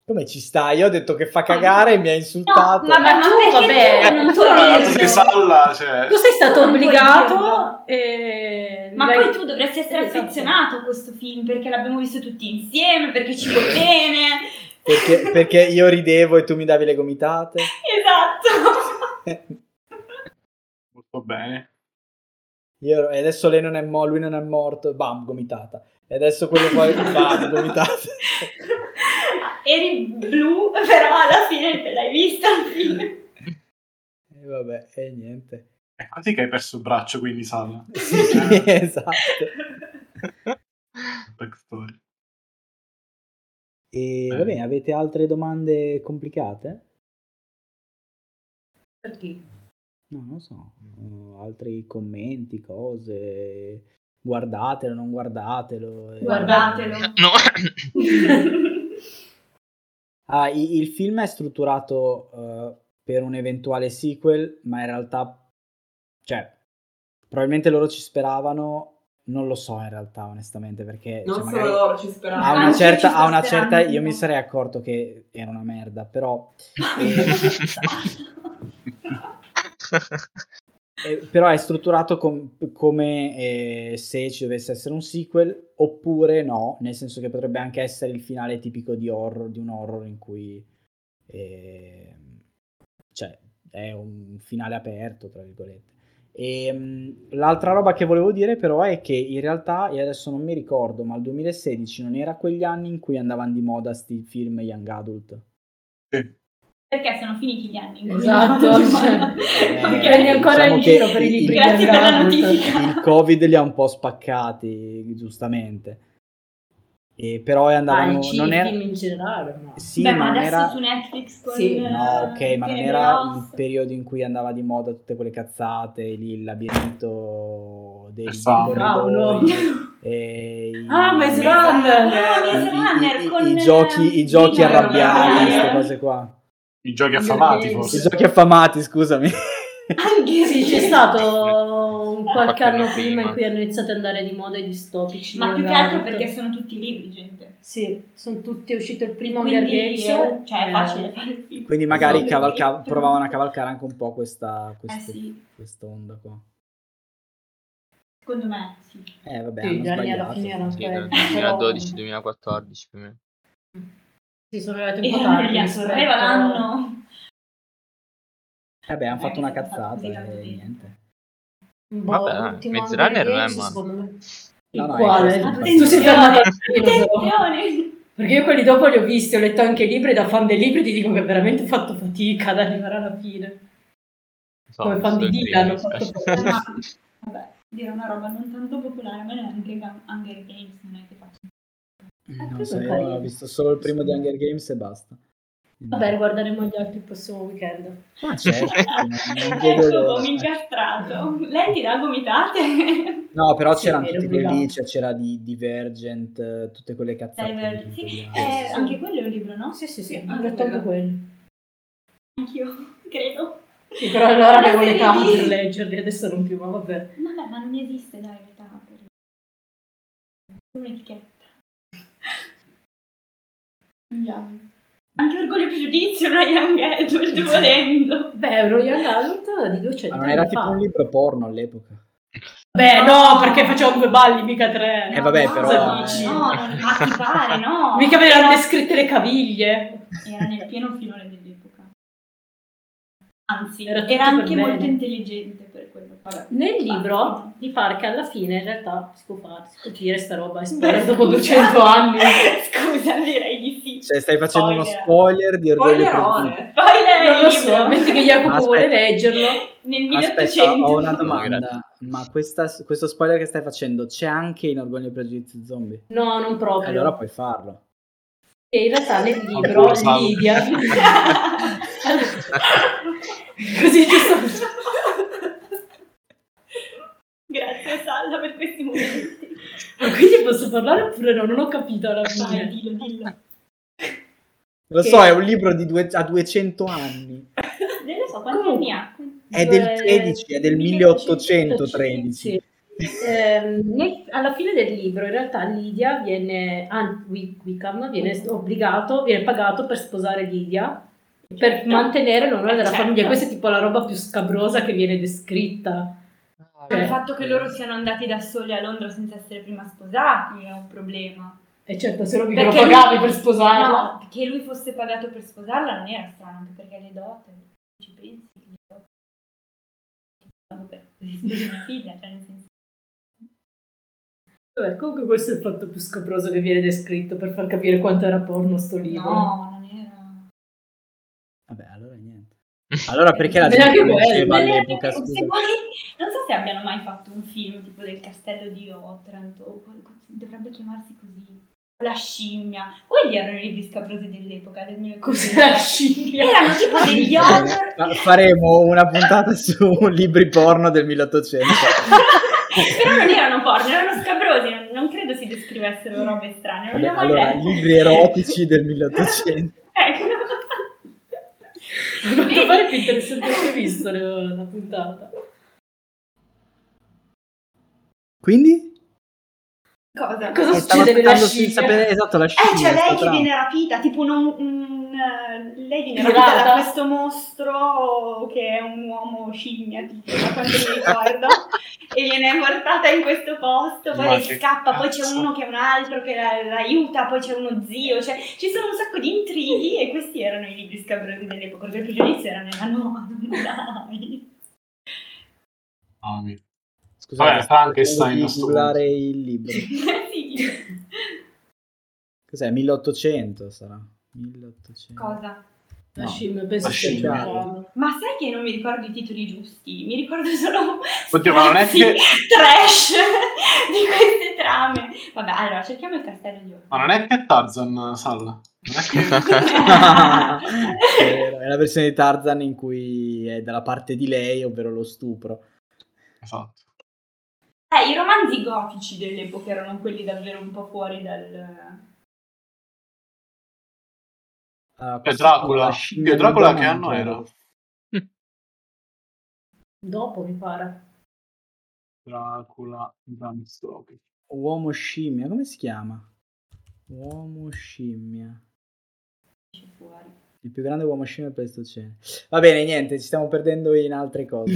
S3: Come ci sta? Io ho detto che fa cagare e mi ha insultato.
S1: No, vabbè,
S2: Ma
S1: ma
S2: tu,
S1: perché
S2: vabbè,
S1: tu non
S2: tu
S1: puoi
S2: non
S1: dirlo?
S2: lo
S5: Perché Salla, cioè...
S2: Tu sei stato
S1: Non puoi
S2: obbligato
S1: dirlo.
S2: e...
S1: Ma
S2: l'hai-
S1: poi tu dovresti essere
S2: Esatto.
S1: affezionato a questo film perché l'abbiamo visto tutti insieme, perché ci vuole bene.
S3: Perché, perché io ridevo e tu mi davi le gomitate.
S1: Esatto.
S5: Molto bene.
S3: Io- e adesso lei non è mo- lui non è morto, bam, gomitata. E adesso quello poi, bam, gomitata.
S1: Eri blu, però alla fine l'hai visto il film.
S3: E vabbè, e niente.
S5: È quasi che hai perso il braccio, quindi Salla.
S3: Sì, sì, esatto.
S5: Backstory.
S3: E va bene, avete altre domande complicate?
S2: Per chi?
S3: No, non so. Eh, altri commenti, cose. Guardatelo, non guardatelo. eh.
S1: Guardatelo.
S4: No.
S3: Ah, i- il film è strutturato eh, per un eventuale sequel, ma in realtà, cioè, probabilmente loro ci speravano. Non lo so in realtà, onestamente, perché
S7: Non
S3: cioè,
S7: solo
S3: magari
S7: loro ci sperano.
S5: Ah,
S3: a una
S1: Anche ci
S3: certa, a
S1: sta
S3: una certa,
S1: sperando.
S3: io mi sarei accorto che era una merda, però, eh, però è strutturato com- come eh, se ci dovesse essere un sequel, oppure no, nel senso che potrebbe anche essere il finale tipico di horror, di un horror in cui, eh, cioè, è un finale aperto, tra virgolette. E, mh, l'altra roba che volevo dire però è che in realtà, e adesso non mi ricordo, ma il 2016 non era quegli anni in cui andavano di moda sti film Young Adult.
S5: Sì.
S1: Perché sono finiti gli anni. in cui
S2: Esatto,
S1: non-
S2: cioè,
S1: Ok.
S2: prendi ancora
S3: diciamo
S2: in
S3: che
S2: giro per i
S3: il-
S2: libri.
S1: Grazie
S2: di
S1: per la
S2: Andrea.
S1: notifica.
S3: Il Covid li ha un po' spaccati, giustamente. E però
S2: Ah,
S3: andavano...
S2: i
S3: non era...
S2: film in generale, ma...
S3: Sì,
S1: Beh,
S3: ma
S1: ma
S3: non
S1: adesso
S3: era...
S1: su Netflix con...
S2: Sì.
S3: No, ok, ma non
S1: Tenebra
S3: era il
S1: Rossa.
S3: periodo in cui andava di moda tutte quelle cazzate, lì il labirinto dei
S5: Il fauno.
S3: corridoi, e i-
S2: Ah, Maze Runner!
S1: Maze Runner
S3: i- i-
S1: con,
S3: i giochi,
S1: eh,
S3: i giochi
S1: Nina
S3: arrabbiati,
S1: Rabbia.
S3: queste cose qua.
S5: I giochi affamati,
S3: I
S5: forse.
S3: giochi affamati, scusami.
S2: Anche sì, c'è stato un qualche
S4: Qualche
S2: anno
S4: anno
S2: prima in
S4: prima.
S2: cui hanno iniziato ad andare di moda i distopici.
S1: Ma più che
S2: Young
S1: altro
S2: Adult.
S1: perché sono tutti libri, gente.
S2: Sì, sono tutti è uscito il primo Hunger
S1: Quindi,
S2: Games.
S1: cioè, è
S2: Eh,
S1: facile fare il film.
S3: Quindi magari
S1: Sono
S3: cavalca-
S1: libri.
S3: provavano a cavalcare anche un po' questa,
S1: Eh
S3: questa,
S1: sì,
S3: questa onda qua.
S1: secondo me sì.
S3: Eh vabbè,
S2: Sì,
S3: hanno
S2: gli anni alla
S3: sbagliato.
S2: fine erano
S4: Sì,
S2: quelli,
S4: dal
S2: però-
S4: 2012-2014 più o meno.
S2: Sì, sono arrivati
S1: E
S2: un po'
S1: allora
S2: tardi.
S1: gli
S2: rispetto-
S1: avevano
S3: Vabbè, hanno fatto
S1: Eh,
S3: una
S1: sì,
S3: cazzata
S1: sì,
S3: e
S1: sì.
S3: niente.
S2: Boh,
S4: Vabbè,
S2: l'ultimo
S4: Maze
S2: Hunger
S4: Runner non è
S2: Games,
S4: male.
S2: secondo me.
S3: No,
S2: il
S3: no, è
S2: quale?
S3: questo.
S2: Tu sei fermato al primo, però.
S1: Attenzione!
S2: Perché io quelli dopo li ho visti, ho letto anche i libri, da fan dei libri ti dico che veramente ho fatto fatica ad arrivare alla fine.
S4: Non so,
S2: Come fan di
S4: questo è il
S2: Dylan,
S4: primo,
S2: ho fatto
S4: dispiace.
S1: Ma, vabbè, dire una roba non tanto popolare, ma neanche Ga- Hunger Games non è che faccio.
S3: Non so, io
S2: carino.
S3: ho visto solo il primo di Hunger Games e basta.
S2: Vabbè, riguarderemo gli altri il prossimo weekend.
S3: Ma certo, non- non vedo
S1: Ecco,
S3: l'ora.
S1: come incastrato. Lei ti dà gomitate.
S3: No, però
S2: Sì,
S3: c'erano
S2: ero
S3: tutti quelli,
S2: obbligato.
S3: cioè, c'era di Divergent, eh, tutte quelle cazzate.
S1: Divergent,
S3: lì,
S1: sì.
S3: quelle-
S1: Eh, anche quello è un libro, no?
S2: Sì, sì, sì,
S1: Ah,
S2: ho letto anche
S1: quello.
S2: quelli.
S1: Anch'io, credo.
S2: Sì, però allora avevo
S1: Sì.
S2: l'età per leggerli, adesso non più, ma vabbè.
S1: Vabbè, ma non esiste, dai, l'età per... Un'etichetta. Andiamo. Anche orgoglio e pregiudizio, una Young Adult, volendo.
S2: Beh, uno Young Adult di 200
S3: Ah, Ma non era
S2: anni
S3: tipo
S2: eh, fa.
S3: un libro porno all'epoca.
S2: Beh, no, perché facevamo due balli, mica tre.
S3: Eh, vabbè,
S1: No,
S3: però,
S1: No,
S3: eh.
S1: no, non- ma ti pare, no.
S2: Mica me l'hanno descritte le caviglie.
S1: Era nel pieno filone dell'epoca. Anzi,
S2: Era
S1: era,
S2: tutto per
S1: anche
S2: bene.
S1: molto intelligente per quello. Vabbè.
S2: Nel libro mi pare che alla fine in realtà si può fare, si può dire sta roba, è sparata dopo 200 anni.
S1: Scusa, direi di sì. sì.
S3: Cioè, stai facendo uno
S1: Spoiler.
S3: spoiler di Orgoglio e Pregiudizio.
S7: Spoilerone.
S1: Spoiler!
S2: Non lo
S1: libro.
S2: so, metti che Jacopo
S3: Aspetta.
S2: vuole leggerlo.
S1: Nel
S3: Aspetta,
S1: 1800.
S3: ho una
S4: No,
S3: domanda. Ma questa- questo spoiler che stai facendo c'è anche in Orgoglio e Pregiudizio Zombie?
S2: No, non proprio.
S3: Allora puoi farlo.
S2: E in realtà nel
S5: Oh,
S2: libro
S5: pensavo.
S2: Lidia... Così giusto...
S1: Grazie Salla per questi momenti.
S2: Ma quindi posso parlare oppure no? Non ho capito alla
S1: Vai,
S2: fine.
S1: dillo, dillo.
S3: Lo
S2: Che-
S3: so, è un libro di due- a 200 anni.
S1: Non lo so, quanti anni ha?
S3: È del
S2: Due-
S3: 13, è del 1813.
S2: Sì. Ehm, nel- alla fine del libro in realtà Lidia viene, anzi Wick- Wickham viene obbligato, viene pagato per sposare Lidia per
S1: Certo.
S2: mantenere l'onore della
S1: Certo.
S2: famiglia. Questa è tipo la roba più scabrosa che viene descritta.
S1: Ma Cioè, il fatto che loro siano andati da soli a Londra senza essere prima sposati è un problema.
S2: E certo, se lo
S1: Perché
S2: lo pagavi
S1: lui-
S2: per sposarla.
S1: No, che lui fosse pagato per sposarla non era strano, anche perché le dote, ci pensi, le dote. Vabbè, una figlia, cioè nel senso.
S2: Vabbè, comunque questo è il fatto più scabroso che viene descritto per far capire quanto era porno sto libro.
S1: No, non era.
S3: Vabbè, allora niente. Allora perché la
S2: Beh, anche
S3: gente lo
S2: quello.
S3: diceva
S1: Ma era-
S3: all'epoca?
S1: se
S3: Scusa.
S1: vuoi- non so se abbiano mai fatto un film tipo del castello di Otranto, o qual- dovrebbe chiamarsi così. La scimmia, quelli erano i libri scabrosi dell'epoca del mio
S2: Cos'è la scimmia?
S1: Erano tipo degli horror
S3: eh, Fa- Faremo una puntata su libri porno del 1800.
S1: Però non erano porno, erano scabrosi, non, non credo si descrivessero robe strane.
S3: Vabbè,
S1: Non le ho mai
S3: allora,
S1: lette.
S3: libri erotici del 1800.
S2: A
S1: Ecco.
S2: quanto
S1: Vedi?
S2: pare è più interessante che ho visto la la puntata.
S3: Quindi?
S1: Cosa?
S2: Cosa
S3: Eh, Stavo
S2: succede nella
S3: aspettando di
S2: scimmia?
S3: sapere esatto la scimmia.
S1: Eh, c'è lei
S3: sto
S1: che
S3: tra-
S1: viene rapita, tipo un, un- eh, lei viene
S2: Pirata.
S1: rapita da questo mostro che è un uomo scimmia, tipo, da quanto mi ricordo, e viene portata in questo posto, poi
S5: Ma
S1: lei
S5: che
S1: scappa, poi c'è
S5: cazzo.
S1: uno che è un altro che la, la aiuta, poi c'è uno zio, cioè ci sono un sacco di intrighi e questi erano i libri scabrosi dell'epoca, perché il pregiudizio era nella nuova, dai.
S5: Mamma mia.
S3: Scusate,
S5: Vabbè,
S3: sto
S5: Frankenstein,
S3: cercando di
S5: sto
S3: googlare il libro.
S1: sì,
S3: Cos'è? 1800 sarà. 1800.
S1: cosa?
S2: La
S3: No.
S2: scimmia, penso
S5: La
S2: sia il
S3: scimmia.
S2: porno.
S1: Ma sai che non mi ricordo i titoli giusti, mi ricordo solo
S5: Oddio, ma non è
S1: Sì,
S5: che-
S1: trash di queste trame. Vabbè, allora cerchiamo il castello di Orco.
S5: Ma non è che è Tarzan, Salla? Non è che...
S3: È vero, è la versione di Tarzan in cui è dalla parte di lei, ovvero lo stupro.
S5: Esatto.
S1: Eh, i romanzi gotici dell'epoca erano quelli davvero un po' fuori dal...
S3: Allora,
S5: È
S3: Ah, questo
S5: Dracula.
S3: la scimmia
S5: Oddio, Dracula
S3: di
S5: che anno
S3: Donatello.
S5: era?
S2: Dopo mi pare.
S5: Dracula Bram Stoker.
S3: Uomo scimmia, come si chiama? Uomo scimmia.
S1: fuori.
S3: Il più grande uomo scimmia del Pleistocene. Va bene, niente, ci stiamo perdendo in altre cose.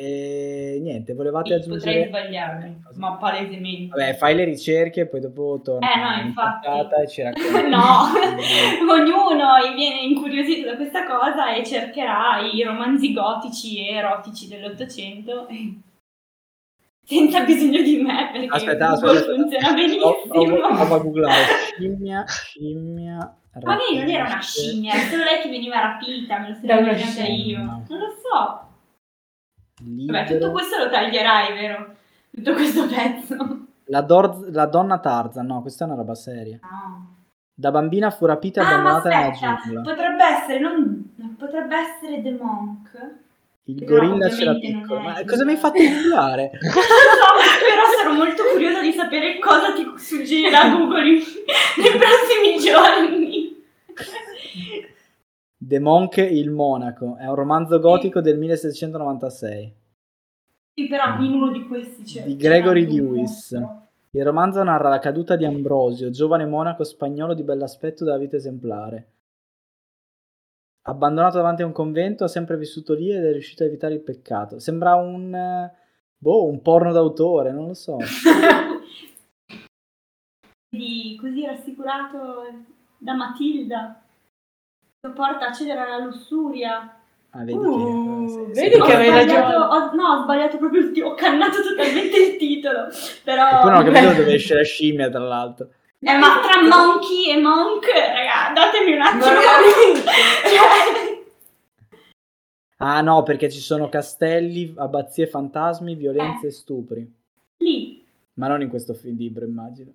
S3: E niente, volevate
S1: Sì, potrei
S3: aggiungere...
S1: sbagliarmi, ma palesemente.
S3: Vabbè, fai le ricerche e poi dopo torna
S1: Eh, no,
S3: in
S1: infatti.
S3: puntata e ci racconti.
S1: No, ognuno viene incuriosito da questa cosa e cercherà i romanzi gotici e erotici dell'Ottocento senza bisogno di me perché
S3: Aspetta,
S1: Google
S3: aspetta, aspetta.
S1: funziona benissimo.
S3: Pro- provo- provo a googlare scimmia, scimmia.
S1: Ma lei non era una scimmia, era solo lei che veniva rapita, me lo sono
S2: Da una
S1: immaginata io.
S3: scimmia.
S1: Non lo so. Vabbè,
S3: Libero.
S1: tutto questo lo taglierai, vero? Tutto questo pezzo.
S3: La, dor- la donna Tarzan, no, questa è una roba seria.
S1: No.
S3: Da bambina fu rapita e
S1: Ah, ma
S3: abbandonata nella
S1: aspetta,
S3: giungla.
S1: potrebbe essere, non... potrebbe essere The Monk. Non
S3: Il
S1: però
S3: gorilla c'era
S1: ovviamente non
S3: piccolo.
S1: è
S3: Ma
S1: il-
S3: cosa mi hai fatto googlare?
S1: lo so, però sono molto curiosa di sapere cosa ti suggerirà Google in- nei prossimi giorni.
S3: The Monk il Monaco è un romanzo gotico del 1696.
S1: Sì, però in uno di questi c'è.
S3: Di
S1: c'è
S3: Gregory
S1: anche un
S3: Lewis.
S1: mostro.
S3: Il romanzo narra la caduta di Ambrosio, giovane monaco spagnolo di bell'aspetto e della vita esemplare. Abbandonato davanti a un convento, ha sempre vissuto lì ed è riuscito a evitare il peccato. Sembra un. eh, boh, un porno d'autore, non lo so.
S1: di così rassicurato da Matilda lo porta a cedere alla lussuria.
S3: Ah, vedi
S2: Uh,
S3: che. sì,
S2: vedi
S3: sì,
S1: Ho
S2: che
S3: sì.
S2: avevi
S1: sbagliato-
S2: ragione.
S1: ho- no, ho sbagliato proprio il titolo, ho cannato totalmente il titolo. Però
S3: E poi non ho capito dove esce la scimmia, tra l'altro.
S1: Eh, ma tra Monkey e Monk, raga, datemi un attimo.
S7: veramente.
S1: Cioè,
S3: Ah no, perché ci sono castelli, abbazie, fantasmi, violenze e stupri.
S1: lì.
S3: Ma non in questo film libro, immagino.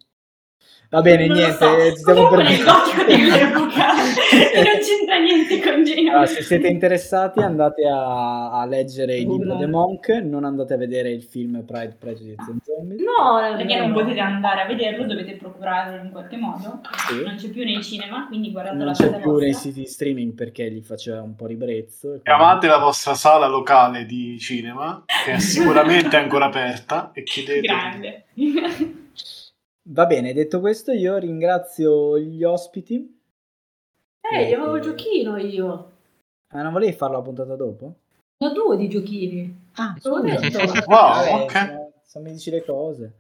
S3: Va bene,
S1: non lo
S3: niente, eh,
S1: so.
S3: ci stiamo
S1: Comunque nel gotico dell'epoca
S3: perdendo.
S1: non c'entra niente con Gino.
S3: Allora, Ah, se siete interessati andate a, a leggere il libro
S2: Google.
S3: The Monk, non andate a vedere il film Pride, Prejudice and Zombie.
S1: No, perché non
S2: no.
S1: potete andare a vederlo, dovete procurarlo in qualche modo.
S3: Sì.
S1: Non c'è più nei cinema, quindi guardate
S3: Non
S1: la
S3: c'è
S1: casa
S3: più
S1: vostra.
S3: nei siti di streaming perché gli faceva un po' ribrezzo. e quindi-
S5: Chiamate la vostra sala locale di cinema, che è sicuramente ancora aperta, e chiedete...
S1: Grande.
S3: Va bene, detto questo io ringrazio gli ospiti.
S2: Eh, io avevo il giochino io.
S3: Ah, non volevi farlo la puntata dopo?
S2: Ne ho due di giochini.
S3: Ah,
S2: Te l'ho detto.
S5: Wow,
S3: Vabbè,
S5: ok.
S3: insomma, se mi dici le cose.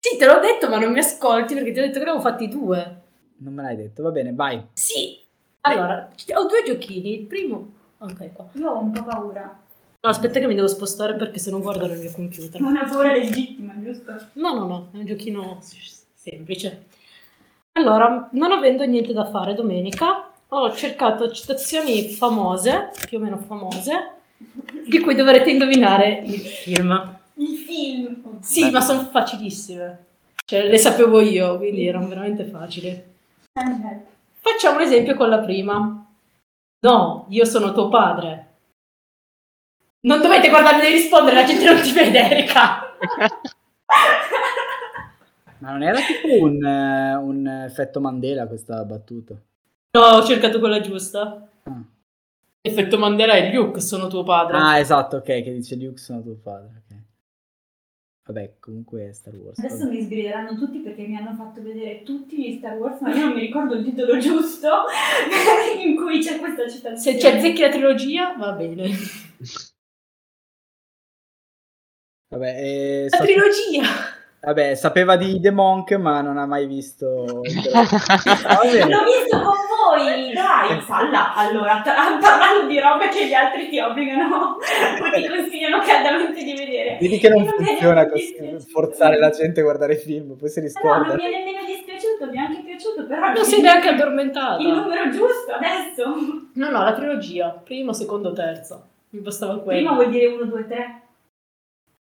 S2: Sì, te l'ho detto, ma non mi ascolti perché ti ho detto che ne avevo fatti due.
S3: Non me l'hai detto, va bene, vai.
S2: Sì. Allora, ho due giochini. Il primo... Ok, qua.
S1: Io ho un po' paura.
S2: No, aspetta che mi devo spostare perché se no guardo nel mio computer.
S1: Una paura legittima, giusto?
S2: No, no, no, è un giochino semplice. Allora, non avendo niente da fare domenica, ho cercato citazioni famose, più o meno famose, di cui dovrete indovinare il film.
S1: Il film.
S2: Sì, ma sono facilissime. Cioè, le sapevo io, quindi erano veramente facili. Facciamo un esempio con la prima. No, io sono tuo padre. Non dovete guardarmi, devi rispondere, la gente non ti vede, Erika.
S3: Ma non era tipo un, eh, un effetto Mandela questa battuta?
S2: No, ho cercato quella giusta.
S3: Ah.
S2: Effetto Mandela e Luke sono tuo padre.
S3: Ah, esatto, ok, che dice Luke sono tuo padre. ok. Vabbè, comunque è Star Wars.
S1: Adesso
S3: vabbè.
S1: mi sgrideranno tutti perché mi hanno fatto vedere tutti gli Star Wars, ma io non mi ricordo il titolo giusto in cui c'è questa citazione.
S2: Se c'è azzecchi la trilogia, va bene.
S3: Vabbè, eh,
S2: La
S3: sa-
S2: trilogia!
S3: vabbè, sapeva di The Monk, ma non ha mai visto... Va bene.
S1: L'ho visto con voi! Dai, falla! Allora, tra- parlando di robe che gli altri ti obbligano o ti consigliano caldamente di vedere.
S3: Vedi che non
S1: Non mi è
S3: funziona
S1: dispiaciuto.
S3: così, forzare la gente a guardare i film, poi si
S1: No, non
S3: riscorda.
S1: mi è nemmeno dispiaciuto, mi è anche piaciuto, però
S2: Non sei neanche addormentata.
S1: il numero giusto adesso.
S2: No, no, la trilogia. Primo, secondo, terzo. Mi bastava
S1: Prima
S2: quello.
S1: vuol dire 1, 2, 3,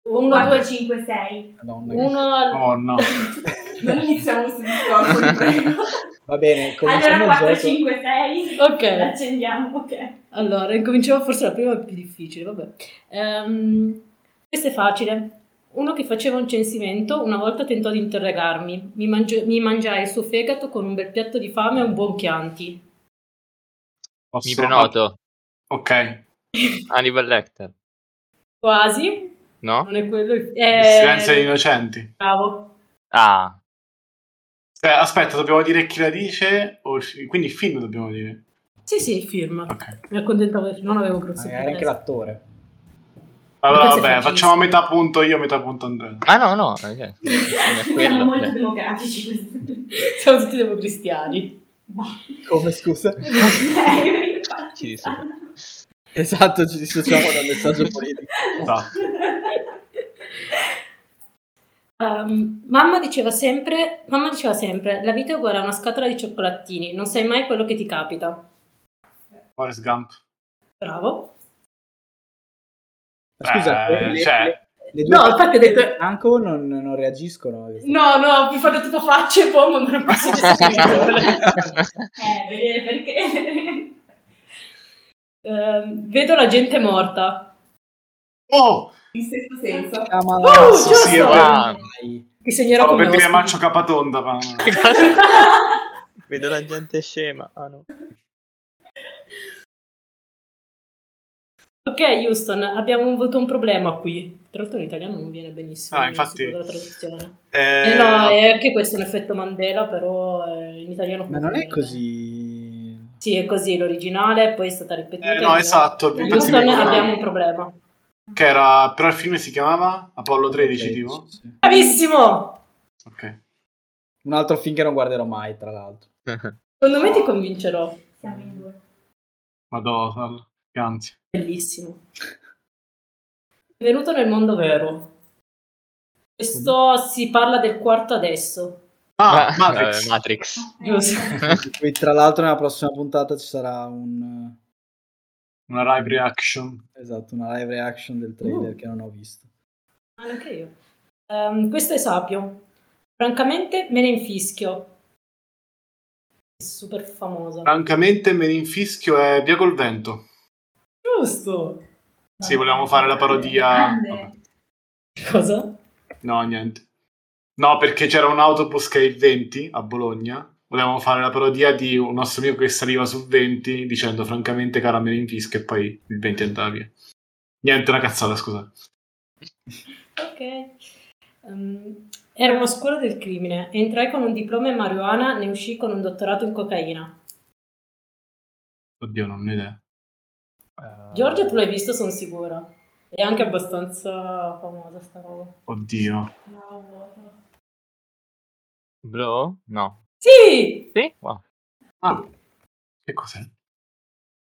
S2: Uno,
S1: 4,
S2: due,
S1: 5, 6.
S3: Madonna, che-
S2: uno al...
S5: Oh Ah, no.
S7: Non iniziamo questo discorso, vi prego.
S3: Va bene,
S1: Allora
S3: cominciamo
S1: 4,
S3: il gioco.
S1: 5, 6.
S2: Ok,
S1: Accendiamo, ok.
S2: allora, incominciamo forse la prima più difficile, vabbè. Ehm, questa è facile. Uno che faceva un censimento una volta tentò di interrogarmi. Mi, mangio- mi mangiai il suo fegato con un bel piatto di fame e un buon chianti.
S5: Posso-
S4: Mi prenoto.
S5: Ok.
S4: Hannibal Lecter.
S2: Quasi,
S4: No?
S2: non è quello... il-
S5: Il
S2: Eh,
S5: silenzio degli innocenti.
S2: Bravo.
S4: Ah,
S5: Eh, aspetta, dobbiamo dire chi la dice? o il fi- quindi il film dobbiamo dire.
S2: Sì, sì, il film.
S5: Ok.
S2: Mi accontentavo del film, non avevo grosse
S3: Magari Ah, anche
S2: pretese.
S3: l'attore.
S5: Allora,
S2: Questo è
S5: vabbè,
S2: facilissimo.
S5: facciamo a metà punto io, a metà punto Andrea.
S4: ah no, no. eh, cioè, non è
S1: Siamo
S4: quello.
S3: eh.
S1: molto
S4: Beh,
S1: democratici questi. Boh.
S2: Siamo tutti democristiani.
S3: Come, scusa?
S1: Eh, infatti,
S4: Ci
S1: sta.
S3: Esatto, ci dissociamo dal messaggio politico.
S5: Esatto.
S2: Ehm, mamma, diceva sempre, mamma diceva sempre, la vita è uguale a una scatola di cioccolatini, non sai mai quello che ti capita.
S5: Forrest Gump.
S2: Bravo.
S3: Ma Scusa,
S5: Eh,
S3: le-
S5: cioè-
S3: le- le due
S2: No, infatti ho detto...
S3: Franco non, non reagiscono.
S2: No, no, mi fanno tipo facce e bomba, ma non posso descriverle.
S1: Eh, vedere perché.
S2: Ehm, vedo la gente morta.
S5: Oh!
S7: In stesso senso.
S3: Ah, ma-
S2: Oh,
S3: sì,
S2: giusto!
S3: sì, va-
S4: Ah.
S3: vai.
S2: Che segnerò
S5: Stavo
S2: come
S5: per dire
S2: ospite.
S5: Maccio Capatonda, ma...
S4: Vedo la gente scema. Ah no.
S2: Ok, Houston, abbiamo avuto un problema qui. Tra l'altro in italiano non viene benissimo.
S5: Ah,
S2: non so
S5: infatti.
S2: dalla traduzione.
S5: Eh,
S2: Eh, no, è anche questo è un effetto Mandela, però eh, in italiano...
S3: Ma non è
S2: funziona.
S3: così...
S2: Sì, è così, l'originale poi è stata ripetuta.
S5: eh, no, esatto.
S2: In
S5: Infatti mi
S2: Houston
S5: ricordavo
S2: abbiamo un problema.
S5: Che era... Però il film si chiamava Apollo 13, tipo?
S3: Sì, sì.
S2: Bravissimo!
S5: Ok.
S3: Un altro film che non guarderò mai, tra l'altro.
S2: Secondo me ti convincerò.
S1: Siamo in due.
S5: Madonna, che ansia.
S2: Bellissimo. Benvenuto nel mondo vero. Questo si parla del quarto adesso.
S5: Ah,
S4: Ma-
S5: Matrix.
S4: eh, Matrix.
S2: Giusto.
S3: Di cui, tra l'altro nella prossima puntata ci sarà un,
S5: Una live reaction.
S3: esatto, una live reaction del trailer
S2: Uh.
S3: che non ho visto.
S2: Ah, anche io. Ehm, questo è Sapio. Francamente me ne infischio. È super famosa.
S5: Ah, Francamente me ne infischio è Via col vento.
S2: Giusto.
S5: Sì, volevamo fare la parodia.
S1: Grande.
S2: Cosa?
S5: No, niente. No, perché c'era un autobus che è il 20 a Bologna. Volevamo fare la parodia di un nostro amico che saliva sul 20 dicendo francamente cara me ne infischio e poi il 20 andava via. Niente, una cazzata, scusa.
S2: Ok. Ehm, era una scuola del crimine. Entrai con un diploma in marijuana, ne uscì con un dottorato in cocaina.
S5: Oddio, non ho idea.
S3: Eh,
S2: Giorgio, tu l'hai visto, sono sicura. È anche abbastanza famosa sta roba.
S5: Oddio.
S4: Bro? No.
S2: Sì!
S4: Sì? Wow.
S5: Ah, che cos'è?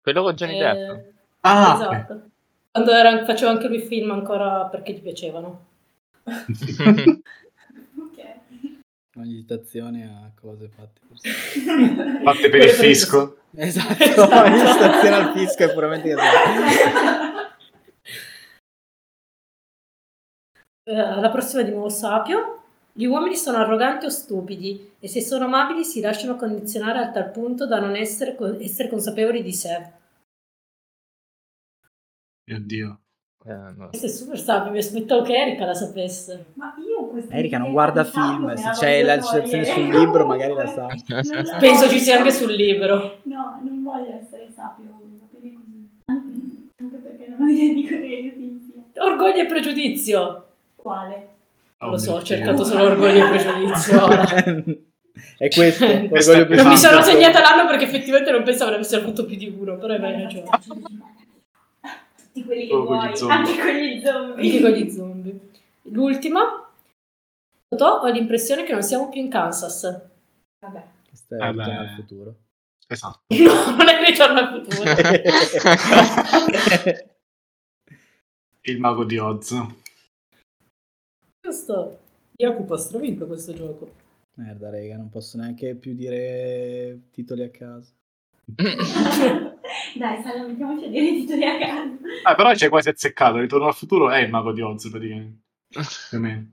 S4: Quello con Johnny
S2: Eh,
S4: Depp.
S5: Ah,
S2: esatto. Quando era- faceva anche lui film ancora perché gli piacevano.
S1: Ok.
S3: Ogni citazione a cose fatte per sé.
S5: fatte per il fisco.
S3: Esatto, ogni citazione al fisco è puramente casuale.
S2: Eh, alla prossima di nuovo Sapio. Gli uomini sono arroganti o stupidi e se sono amabili si lasciano condizionare a tal punto da non essere, co- essere consapevoli di sé.
S5: Oddio.
S4: Eh, no.
S2: Questo è super sapio, mi aspettavo che Erika la sapesse.
S1: Ma io questa
S3: Erika non
S1: etichetta
S3: guarda
S1: di Sapio
S3: film,
S1: me
S3: se
S1: la
S3: c'è
S1: voglio
S3: la citazione
S1: togliere.
S3: sul libro magari
S2: eh.
S3: la sa.
S1: Non la
S2: Penso
S1: voglio.
S2: ci sia anche sul libro.
S1: No, non voglio essere sapio, va bene così. Anche- Anche perché non ho idea di cosa film
S2: Orgoglio e pregiudizio.
S1: Quale?
S5: Oh,
S2: Non lo so, ho
S5: Oddio.
S2: cercato solo orgoglio e pregiudizio.
S3: è questo,
S5: Questa-
S3: orgoglio
S2: Non mi sono
S5: Esatto.
S2: segnata l'anno perché effettivamente non pensavo ne avessero avuto più di uno, però cioè, hai mai ragione.
S1: Tutti quelli che
S5: Oh, con gli
S1: vuoi,
S5: zombie.
S1: anche quelli
S2: Anche con
S1: zombie.
S2: gli zombie. L'ultima. Totò, ho l'impressione che non siamo più in Kansas.
S1: Vabbè.
S3: Questo è
S5: Eh
S3: il
S5: beh.
S3: tema del futuro.
S5: Esatto.
S2: No, non è ritorno al futuro.
S5: Il mago di Oz.
S2: Giusto. Jacopo ha stravinto questo gioco.
S3: Merda, raga, non posso neanche più dire titoli a caso.
S1: Dai, Sara, mettiamoci a dire i titoli a caso.
S5: Ah, però c'è quasi azzeccato. Ritorno al futuro è il mago di Oz, praticamente. Più o meno.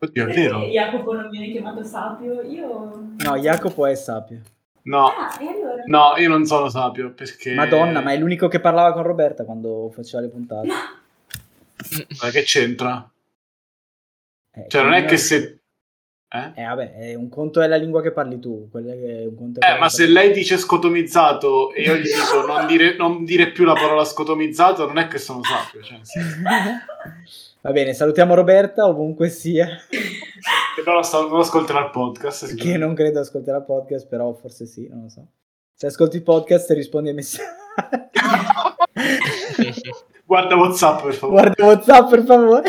S5: Oddio, è vero.
S2: Eh,
S1: Perché Jacopo non viene chiamato sapio, io...
S3: No, Jacopo è sapio.
S5: No,
S1: Ah, e allora?
S5: no, io non sono sapio perché...
S3: Madonna, ma è l'unico che parlava con Roberta quando faceva le puntate.
S5: Ma che c'entra?
S3: Eh,
S5: Cioè, non è
S3: quindi-
S5: che se... Eh?
S3: Eh, vabbè, eh, un conto è la lingua che parli tu, quella che un conto è
S5: Eh,
S3: quella
S5: ma
S3: che
S5: se
S3: parli-
S5: lei dice scotomizzato e io gli dico non dire, non dire più la parola scotomizzato, non è che sono sapio. Cioè, sì.
S3: Va bene, salutiamo Roberta ovunque sia,
S5: Che però sta- non ascolterà il podcast.
S3: che
S5: sicuramente.
S3: non credo ascolterà podcast, però forse sì, non lo so. Se ascolti il podcast rispondi ai messaggi.
S5: Guarda WhatsApp, per favore.
S3: Guarda WhatsApp, per favore.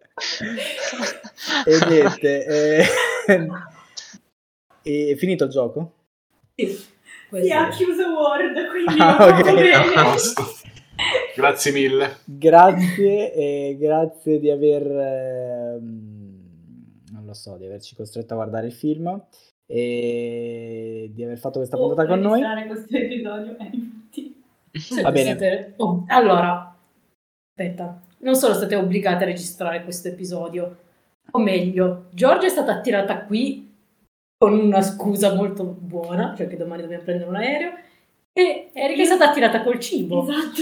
S3: e niente, eh, e- è finito il gioco?
S1: Sì, ha
S2: Questo.
S1: chiuso Word, quindi
S3: Ah,
S1: va
S3: ok.
S5: A
S1: bene.
S5: posto. Grazie mille.
S3: Grazie e grazie di aver ehm, non lo so, di averci costretto a guardare il film e di aver fatto questa
S1: Oh,
S3: puntata con noi.
S1: registrare questo episodio, eh, infatti.
S3: Va bene.
S2: Siete- oh, allora, aspetta. Non solo state obbligate a registrare questo episodio, o meglio, Giorgia è stata attirata qui con una scusa molto buona, cioè che domani dobbiamo prendere un aereo, e Erika è stata attirata col cibo.
S1: Esatto.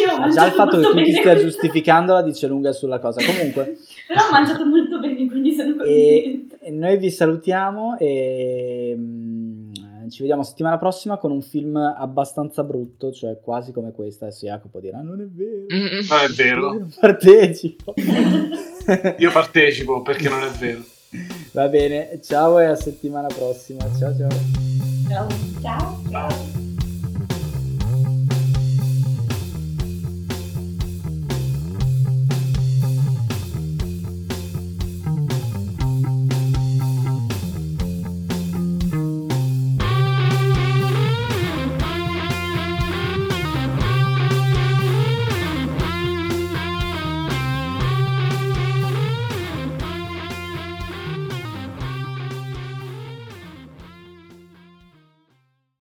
S1: Io ho
S3: Ma Ah, già Boh. il
S1: mangiato
S3: fatto che
S1: molto
S3: tu ti
S1: bene
S3: stia
S1: questo-
S3: giustificandola dice lunga sulla cosa. Comunque,
S1: Però ho mangiato molto bene, quindi sono
S3: e,
S1: contenta.
S3: e noi vi salutiamo e mm, ci vediamo settimana prossima con un film abbastanza brutto, cioè quasi come questa. Adesso Jacopo dirà: Non è
S4: Mm,
S3: vero,
S5: Non è vero.
S3: io partecipo.
S5: Io partecipo perché non è vero.
S3: Va bene, ciao e a settimana prossima. Ciao ciao.
S1: Ciao.
S5: Ciao.